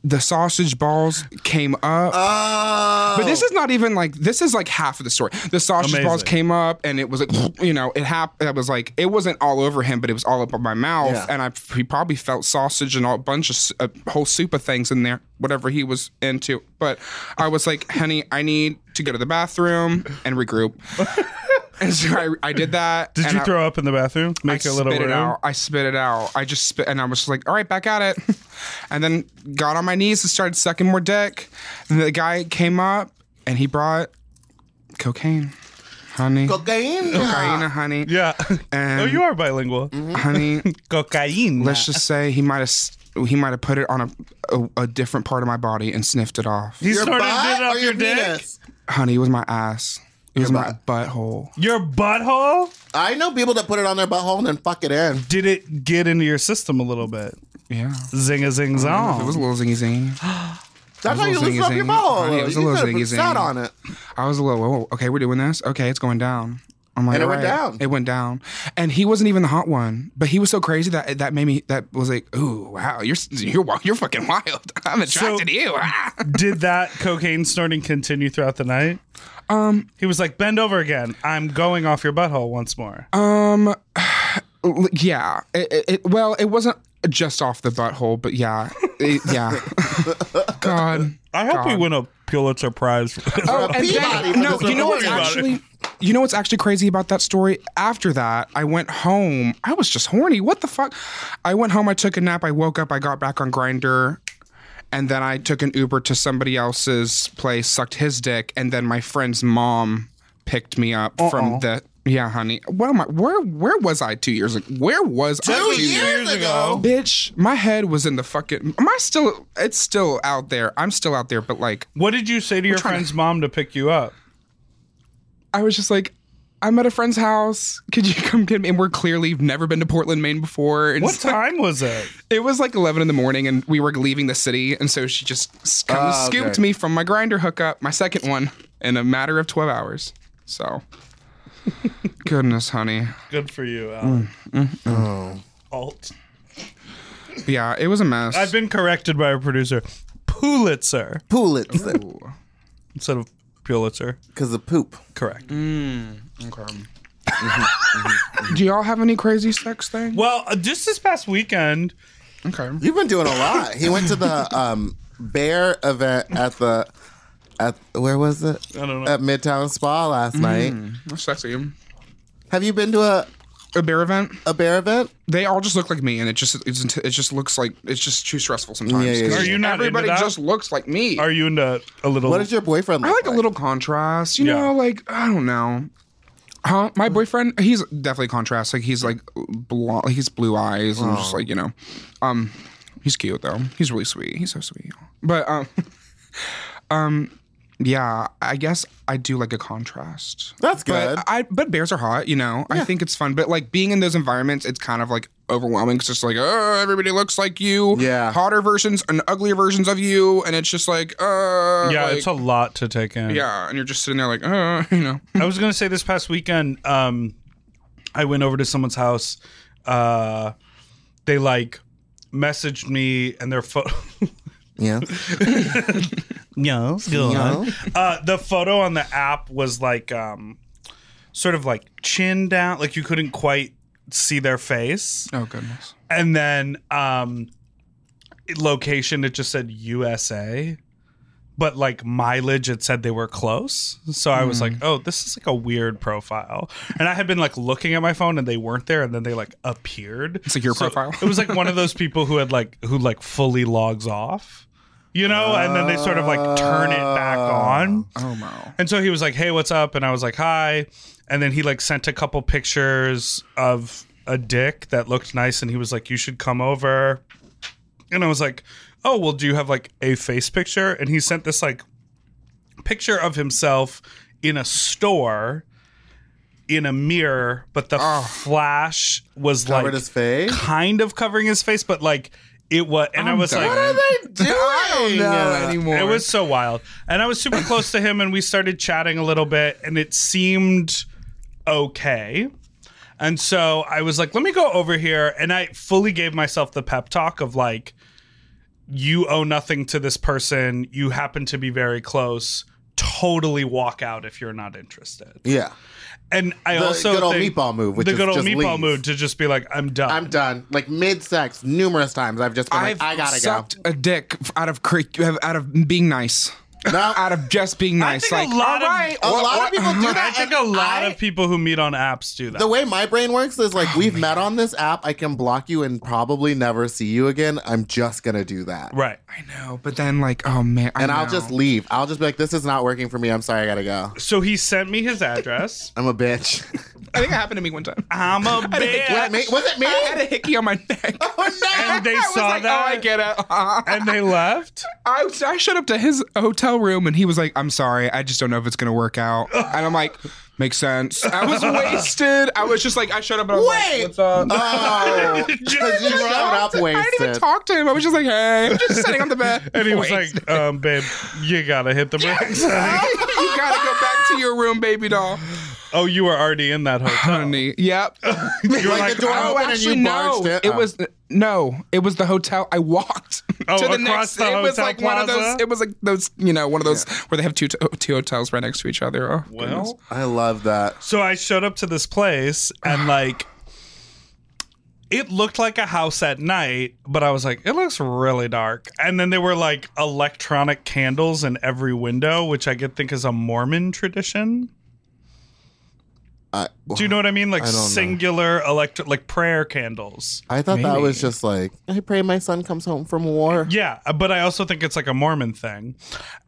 the sausage balls came up. Oh, But this is not even like this is like half of the story. The sausage Amazing. balls came up, and it was like you know it happened. It was like it wasn't all over him, but it was all up on my mouth, Yeah. and I he probably felt sausage and all, a bunch of s- a whole soup of things in there, whatever he was into. But I was like, honey, I need to go to the bathroom and regroup. and so I, I did that. Did and you I- throw up in the bathroom? I Make a spit little it room? out. I spit it out. I just spit, and I was just like, "All right, back at it," and then got on my knees and started sucking more dick. And the guy came up and he brought cocaine, honey, cocaine. cocaine, honey, Yeah. And- Mm-hmm. oh, you are bilingual. honey. Cocaine. Let's just say he might have s- he might have put it on a, a a different part of my body and sniffed it off. He Your snorted butt it off or your your dick. penis? honey, it was my ass. It was my butthole. Your butthole. I know people that put it on their butthole and then fuck it in. Did it get into your system a little bit? Yeah. Zing a zing zong. It was a little zingy zing. That's a how you little loosen up zingy your zing. butthole. Honey, it was a you little could put zingy sat zing. on it. I was a little, whoa, okay, we're doing this. Okay, it's going down. I'm like, And it all went down. It went down, and he wasn't even the hot one, but he was so crazy that that made me. That was like, ooh, wow, you're you're wa- you're fucking wild. I'm attracted to you. Ah. Did that cocaine snorting continue throughout the night? Um, he was like, "Bend over again. I'm going off your butthole once more." L- Yeah. It, it- it- well, it wasn't just off the butthole, but yeah, It- yeah. God. I hope we God. win a Pulitzer Prize. For this. Oh, and Peabody then, for no, this you know one. what's Worry about actually, you know what's actually crazy about that story? After that, I went home. I was just horny. What the fuck? I went home. I took a nap. I woke up. I got back on Grinder, and then I took an Uber to somebody else's place, sucked his dick, and then my friend's mom picked me up from the. Yeah, honey. What am I? Where Where was I two years ago? Where was I Two two years ago. Bitch, my head was in the fucking. Am I still? It's still out there. I'm still out there, but like, what did you say to your friend's mom to pick you up? I was just like, I'm at a friend's house. Could you come get me? And we're clearly never been to Portland, Maine before. And What it's like- time was it? It was like 11 in the morning, and we were leaving the city. And so she just s- come Ah, Oh, scooped okay. me from my grinder hookup, my second one, in a matter of 12 hours. So, goodness, honey. Good for you, Alan. Alt. Yeah, it was a mess. I've been corrected by our producer. Pulitzer Pulitzer instead of Pulitzer. because of poop. Correct. Do y'all have any crazy sex thing? Well, uh, just this past weekend, Okay. You've been doing a lot. He went to the um, bear event at the at where was it? I don't know. At Midtown Spa Mm. last night. That's sexy. Have you been to a, A bear event? a bear event? They all just look like me, and it just it's, it just looks like it's just too stressful sometimes. Yeah, yeah, 'Cause yeah. Are you not into Everybody that? just looks like me. are you into a little? What does your boyfriend look Oh. I like a little contrast, you Yeah. know, like I don't know. Huh? My boyfriend, he's definitely contrast. Like he's like blonde, he's blue eyes, and Oh. just like you know, um, he's cute though. He's really sweet. He's so sweet. But um, um, yeah, I guess I do like a contrast. That's good. But I but bears are hot, you know. I think it's fun, but like being in those environments, it's kind of like overwhelming. 'cause It's just like oh, everybody looks like you. Yeah. hotter versions and uglier versions of you, and it's just like uh, yeah, like- it's a lot to take in. yeah, and you're just sitting there like, uh, you know. I was gonna say this past weekend, um, I went over to someone's house. Uh, they like messaged me and their photo. yeah. no, go No. Uh, the photo on the app was like, um, sort of like chin down, like you couldn't quite see their face. Oh goodness. And then um location it just said USA. But like mileage it said they were close. So I was like, "Oh, this is like a weird profile." And I had been like looking at my phone and they weren't there and then they like appeared. It's like your So profile. it was like one of those people who had like who like fully logs off. You know, and then they sort of like turn it back on. Oh wow. And so he was like, "Hey, what's up?" And I was like, "Hi." And then he like sent a couple pictures of a dick that looked nice, and he was like, "You should come over." And I was like, "Oh, well, do you have like a face picture?" And he sent this like picture of himself in a store in a mirror, but the flash was Covered like his face? kind of covering his face, but like it was, and I'm I was done. like, What are they doing? I don't know anymore. it was so wild. And I was super close to him and we started chatting a little bit and it seemed okay. And so I was like, let me go over here. And I fully gave myself the pep talk of like, you owe nothing to this person. You happen to be very close. Totally walk out if you're not interested. Yeah. And I The also good old think meatball move, which the is good old just meatball leave. move to just be like, I'm done. I'm done. Like mid sex, numerous times. I've just been I've like, I gotta sucked a dick f- out of cre- out of being nice, go. No, out of just being I nice. like think a lot all of- right, a what- lot what- of people do that. I think and a lot I- of people who meet on apps do that. The way my brain works is like we've met on this app. I can block you and probably never see you again. I'm just gonna do that. right. I know, but then like, oh man, I And I'll know. just leave. I'll just be like, this is not working for me. I'm sorry. I gotta go. So he sent me his address. I'm a bitch. I think it happened to me one time. I'm a What, bitch. me? Was it me? I had a hickey on my neck. And I they was saw like, that. Oh, I get it. and they left. I, was- I showed up to his hotel room and he was like, I'm sorry, I just don't know if it's gonna work out. And I'm like, makes sense. I was wasted. I was just like, I showed up and I was Wait. like, what's up? Oh, 'cause you showed up I didn't even wasted. talk to him. I was just like, hey, I'm just sitting on the bed. And he was like, um, babe, you gotta hit the brakes. you gotta go back to your room, baby doll. oh, you were already in that hotel. Honey. Yep. You were Like like, the door oh, opened and you Oh. no. barged in. It was no. It was the hotel. I walked Oh, to the next. across the it was hotel like one of plaza? those. It was like those. You know, one of those where they have two two hotels right next to each other. Oh, goodness. well. I love that. So I showed up to this place and like it looked like a house at night, but I was like, it looks really dark. And then there were like electronic candles in every window, which I could think is a Mormon tradition. I, Do you know what I mean? Like I don't know. singular electric, like prayer candles. I thought that Maybe. was just like I pray my son comes home from war. Yeah, uh, but I also think it's like a Mormon thing.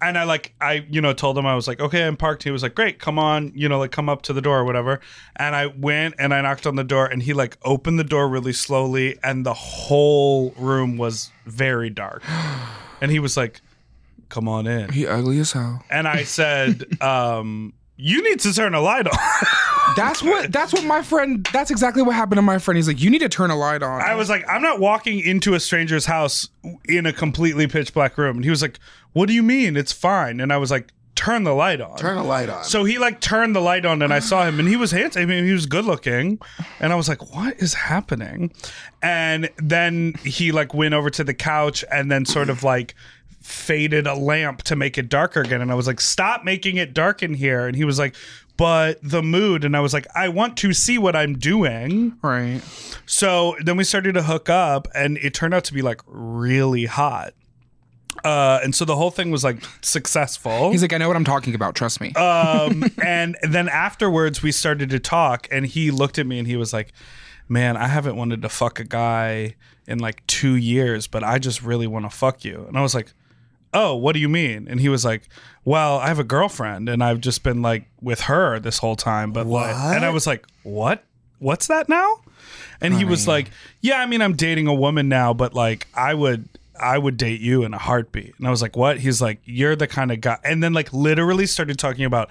And I like I you know told him I was like, "Okay, I'm parked." He was like, "Great, come on, you know, like come up to the door or whatever." And I went and I knocked on the door and he like opened the door really slowly and the whole room was very dark. And he was like, "Come on in." He ugly as hell. And I said, um, "You need to turn a light on." That's what. That's what my friend. That's exactly what happened to my friend. He's like, you need to turn a light on. I was like, I'm not walking into a stranger's house in a completely pitch black room. And he was like, What do you mean? It's fine. And I was like, Turn the light on. Turn a light on. So he like turned the light on and I saw him and he was handsome. I mean, he was good looking. And I was like, what is happening? And then he like went over to the couch and then sort of like faded a lamp to make it darker again. And I was like, stop making it dark in here. And he was like, but the mood. And I was like, I want to see what I'm doing. right. So then we started to hook up, and it turned out to be like really hot. Uh, and so the whole thing was like successful. He's like, I know what I'm talking about. Trust me. um, and then afterwards, we started to talk, and he looked at me and he was like, Man, I haven't wanted to fuck a guy in like two years, but I just really want to fuck you. And I was like, Oh, what do you mean? And he was like, Well, I have a girlfriend and I've just been like with her this whole time. But like, and I was like, What? What's that now? And he was like, "Yeah, I mean, I'm dating a woman now, but like, I would, I would date you in a heartbeat." And I was like, "What?" He's like, "You're the kind of guy." And then like literally started talking about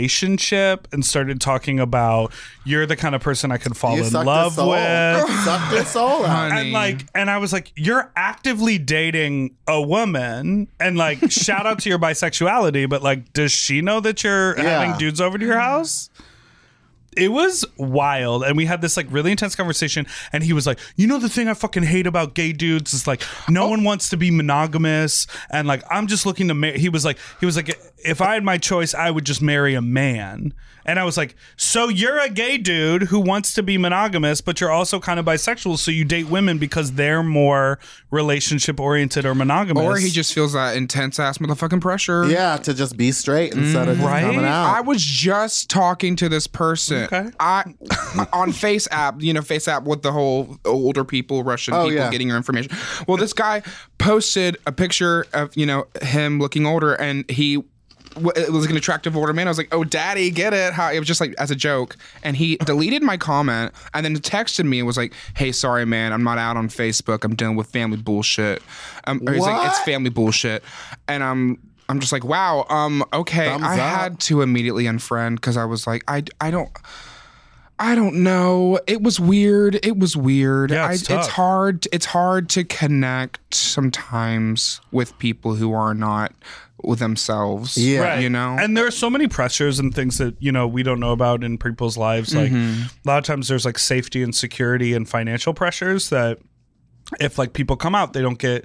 relationship and started talking about you're the kind of person I could fall you in sucked love his soul. with. sucked his soul out. And like, and I was like, you're actively dating a woman, and like, shout out to your bisexuality, but like, does she know that you're Yeah. having dudes over to your house? It was wild, and we had this like really intense conversation. And he was like, "You know the thing I fucking hate about gay dudes is like no Oh. one wants to be monogamous, and like I'm just looking to." Ma-. He was like, "He was like, if I had my choice, I would just marry a man." And I was like, "So you're a gay dude who wants to be monogamous, but you're also kind of bisexual, so you date women because they're more relationship oriented or monogamous." or he just feels that intense ass motherfucking pressure. Yeah, to just be straight instead of just right? coming out. I was just talking to this person. Okay. I on Face app, you know, Face app with the whole older people, Russian Oh, people yeah. getting your information. Well, this guy posted a picture of you know him looking older, and he w- it was like an attractive older man. I was like, "Oh, daddy, get it?" How it was just like as a joke, and he deleted my comment and then texted me and was like, "Hey, sorry, man, I'm not out on Facebook. I'm dealing with family bullshit." Um, or he's like, "It's What? family bullshit," and I'm. I'm just like, wow. Um, okay, Thumbs I up. had to immediately unfriend because I was like, I, I don't, I don't know. It was weird. It was weird. Yeah, I, it's tough. hard. It's hard to connect sometimes with people who are not with themselves. Yeah. Right. you know. And there are so many pressures and things that, you know, we don't know about in people's lives. Like Mm-hmm. a lot of times there's like safety and security and financial pressures that if like people come out, they don't get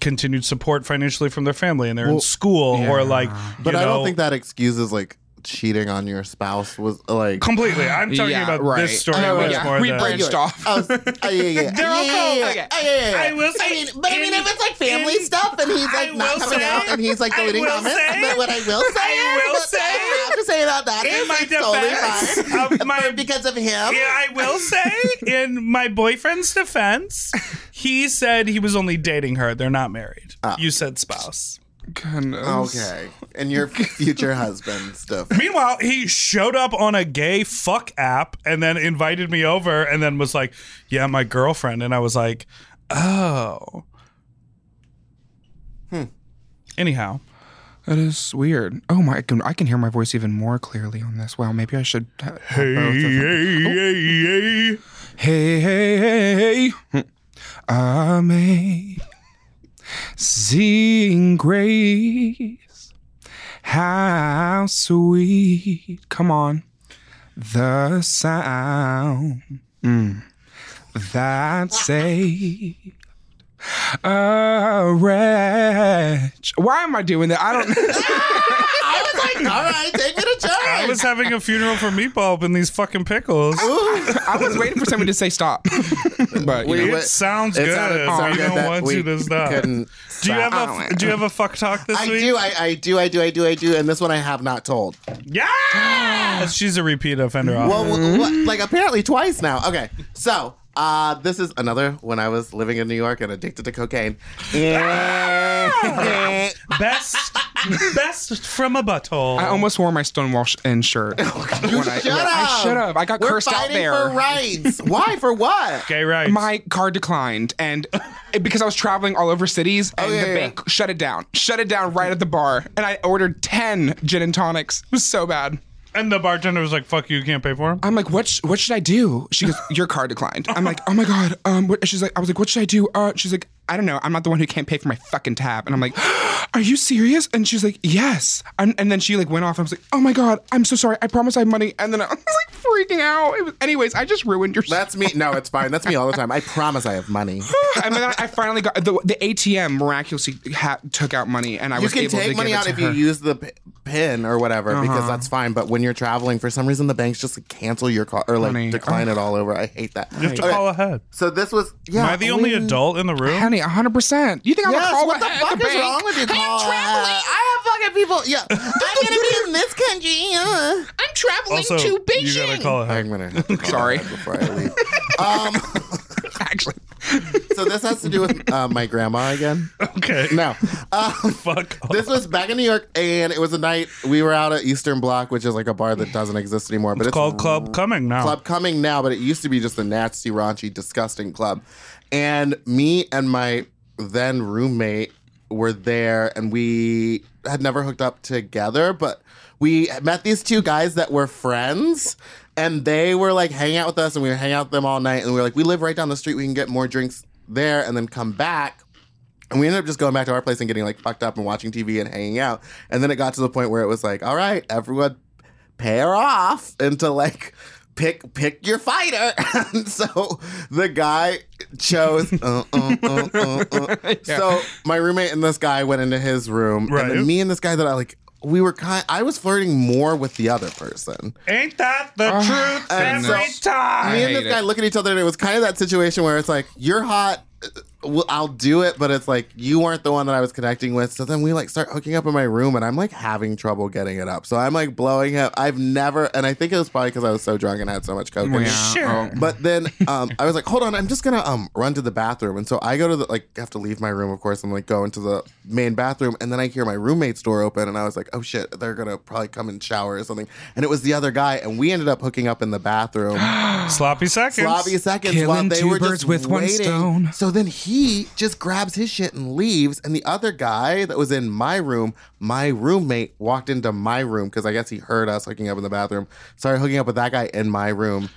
continued support financially from their family and they're in school or like but you I know- don't think that excuses like cheating on your spouse was like. completely. I'm talking Yeah, about right. this story Oh, much yeah. more We than branched off. Oh, yeah, yeah, yeah. They're yeah, also- yeah, yeah, okay. yeah, yeah, yeah. I will say, mean, but I mean, in- if it's like family in- stuff, and he's I like not will coming say- out, and he's like I deleting will comments, say- but what I will say, I will is what say- I have to say about that In is my it's totally defense fine. of Um, my- But because of him. Yeah, I will say, in my boyfriend's defense, he said he was only dating her. They're not married. Ah. You said spouse. Goodness. Okay, and your future husband stuff. Meanwhile, he showed up on a gay fuck app and then invited me over and then was like, "Yeah, my girlfriend." And I was like, "Oh." Hmm. Anyhow, that is weird. Oh my! I can, I can hear my voice even more clearly on this. Wow, maybe I should. ha- have both of them. hey, hey. Hey, hey, hey, hey. I may sing grace. How sweet. Come on. The sound mm, that saved A wretch. Why am I doing that? I don't. I was like, all right, take me to church. I was having a funeral for Meatball in these fucking pickles. I was waiting for somebody to say stop, but you We- know, It What- sounds it good. sounded so we good don't that want we you to stop. couldn't Do you stop. Oh, have a Do you have a fuck talk this I week? do, I, I do, I do, I do, I do, and this one I have not told. Yeah, Ah! she's a repeat offender. Well, wh- wh- like apparently twice now. Okay, so uh, this is another when I was living in New York and addicted to cocaine. And- best best from a butthole. I almost wore my Stonewall sh- and shirt. you I- should yeah, have. I should've. I got We're cursed out fighting there. for rights. Why? For what? gay rights. My card declined, and because I was traveling all over cities, and Oh, yeah, the yeah, bank shut it down, shut it down right at the bar, and I ordered ten gin and tonics. It was so bad. and the bartender was like, "Fuck you, you can't pay for him." I'm like, what? Sh- what should I do? She goes, your card declined. I'm like, oh my god. Um, what? she's like, I was like, what should I do? Uh, she's like, I don't know. I'm not the one who can't pay for my fucking tab. And I'm like, are you serious? And she's like, yes. And, and then she like went off. I was like, oh my god, I'm so sorry. I promise I have money. And then I was like freaking out. It was, anyways, I just ruined your. That's me. No, it's fine. That's me all the time. I promise I have money. and then I finally got the, the ATM miraculously ha- took out money, and I You was can able to take money give it out to if her. Uh-huh. you use the p- pin or whatever because that's fine. But when you're traveling, for some reason, the banks just cancel your call or like Money. decline it all over. I hate that. You have to Okay, call ahead. So this was. Yeah, Am I the only adult in the room? Honey, 100. percent You think I'm Yes, gonna call what the ahead fuck at the is bank? wrong with you, Paul? I have fucking people. Yeah, I'm gonna be in this country. uh. I'm traveling also, to Beijing. you gotta call ahead. I'm gonna. have to call Sorry. that Before I leave. Um, Actually, so this has to do with uh, my grandma again. Okay, No. Um, fuck. Off. this was back in New York, and it was a night we were out at Eastern Block, which is like a bar that doesn't exist anymore. But it's, It's called Club Coming now. club coming now, but it used to be just a nasty, raunchy, disgusting club. And me and my then roommate were there, and we had never hooked up together, but we met these two guys that were friends. And they were like hanging out with us, and we were hanging out with them all night. And we were like, we live right down the street. We can get more drinks there and then come back. And we ended up just going back to our place and getting like fucked up and watching TV and hanging out. And then it got to the point where it was like, all right, everyone pair off and to like pick pick your fighter. and so the guy chose. Uh, uh, uh, uh, uh. So my roommate and this guy went into his room, Right. and then me and this guy that I like, we were kind. I was flirting more with the other person. Ain't that the truth and every so- time? me and hate this guy it. look at each other, and it was kind of that situation where it's like, you're hot. uh, Well, I'll do it, but it's like you weren't the one that I was connecting with. So then we like start hooking up in my room, and I'm like having trouble getting it up. So I'm like blowing up. I've never, and I think it was probably because I was so drunk and had so much coke. Yeah, oh. But then um, I was like, hold on, I'm just gonna um run to the bathroom. And so I go to the like have to leave my room, of course, and like go into the main bathroom, and then I hear my roommate's door open, and I was like, oh shit, they're gonna probably come and shower or something. And it was the other guy, and we ended up hooking up in the bathroom. Sloppy seconds. sloppy seconds Killing while they two were birds just with one waiting. stone. So then he just grabs his shit and leaves, and the other guy that was in my room, my roommate, walked into my room because I guess he heard us hooking up in the bathroom. Started hooking up with that guy in my room.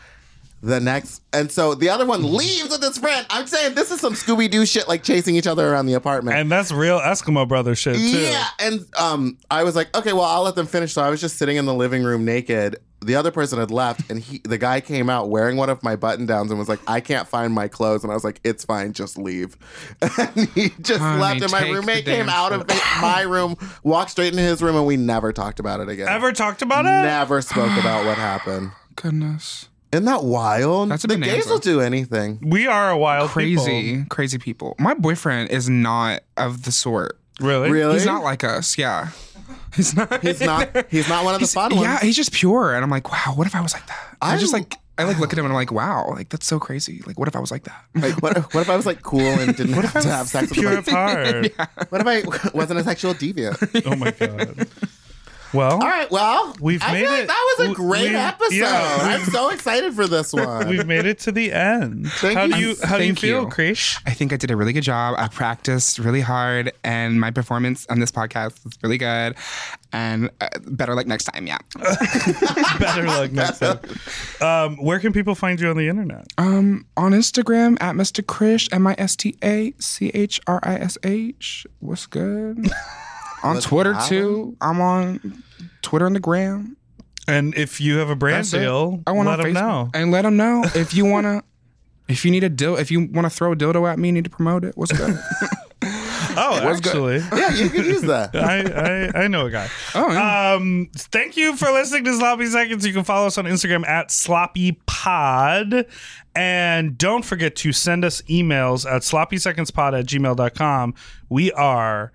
The next, and so the other one leaves with his friend. I'm saying this is some Scooby Doo shit, like chasing each other around the apartment. And that's real Eskimo brother shit too. Yeah, and um, I was like, okay, well, I'll let them finish. So I was just sitting in the living room naked. The other person had left, and he, the guy came out wearing one of my button downs and was like, "I can't find my clothes," and I was like, "It's fine, just leave." And he just Honey, left, and my take the roommate damn came out of it- my room, walked straight into his room, and we never talked about it again. Ever talked about it? Never spoke about what happened. goodness, Isn't that wild? That's a the bonanza. gays will do anything. We are a wild crazy, crazy people. My boyfriend is not of the sort. people. Really? Really? He's not like us. Yeah, he's not. He's not. He's not one of the He's- fun ones. yeah, he's just pure. And I'm like, wow. What if I was like that? I, I'm- just like. I like look at him and I'm like, wow, like that's so crazy. Like, what if I was like that? Like, what, what if I was like cool and didn't have to have sex with Pure my of heart. What if I wasn't a sexual deviant? Oh my god. Well, All right, well, We've I made feel it. Like that was a We- great we- episode. yeah. I'm so excited for this one. we've made it to the end. Thank how you. do you how do you Thank feel, you. Krish? I think I did a really good job. I practiced really hard, and my performance on this podcast was really good. And uh, better luck next time, yeah. Better luck next time. Um, where can people find you on the internet? Um, on Instagram at Mr. Krish, M I S T A C H R I S H. What's good? on Twitter too. I'm on Twitter and the gram. And if you have a brand it. deal, I want let on them Facebook. know. and let them know if you wanna If you need a dildo, if you want to throw a dildo at me, you need to promote it. What's good? Oh, actually. Yeah, you could use that. I, I, I know a guy. Oh, Uh, yeah. Um, thank you for listening to Sloppy Seconds. You can follow us on Instagram at Sloppy Pod. And don't forget to send us emails at sloppysecondspod at gmail.com. We are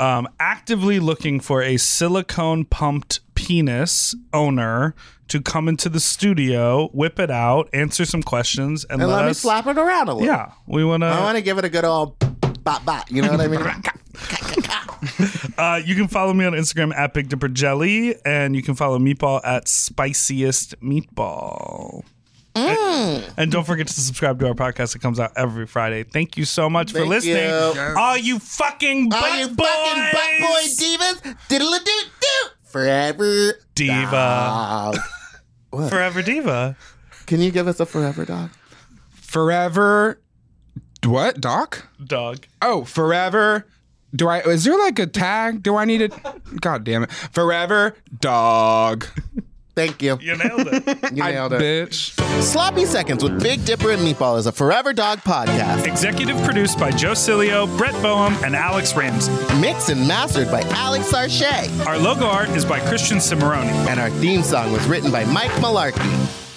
um, actively looking for a silicone pumped penis owner to come into the studio, whip it out, answer some questions, and, And let me us- slap it around a little. Yeah, we want I want to give it a good old bop bop. You know what I mean? Uh, you can follow me on Instagram at Big Dipper Jelly, and you can follow Meatball at Spiciest Meatball. Mm. And, and don't forget to subscribe to our podcast. It comes out every Friday. Thank you so much for Thank listening. you. All you fucking butt All you boys, fucking butt boy divas, diddle a doo doo, forever diva, dog. forever diva, Can you give us a forever dog? forever. What doc? dog. Oh, forever. Do I? Is there like a tag? Do I need it? God damn it! Forever dog. Thank you. You nailed it. You nailed it. Bitch. Sloppy Seconds with Big Dipper and Meatball is a Forever Dog podcast, Executive produced by Joe Cilio, Brett Boehm, and Alex Rams. mixed and mastered by Alex Sarchet. Our logo art is by Christian Cimarroni. And our theme song was written by Mike Malarkey.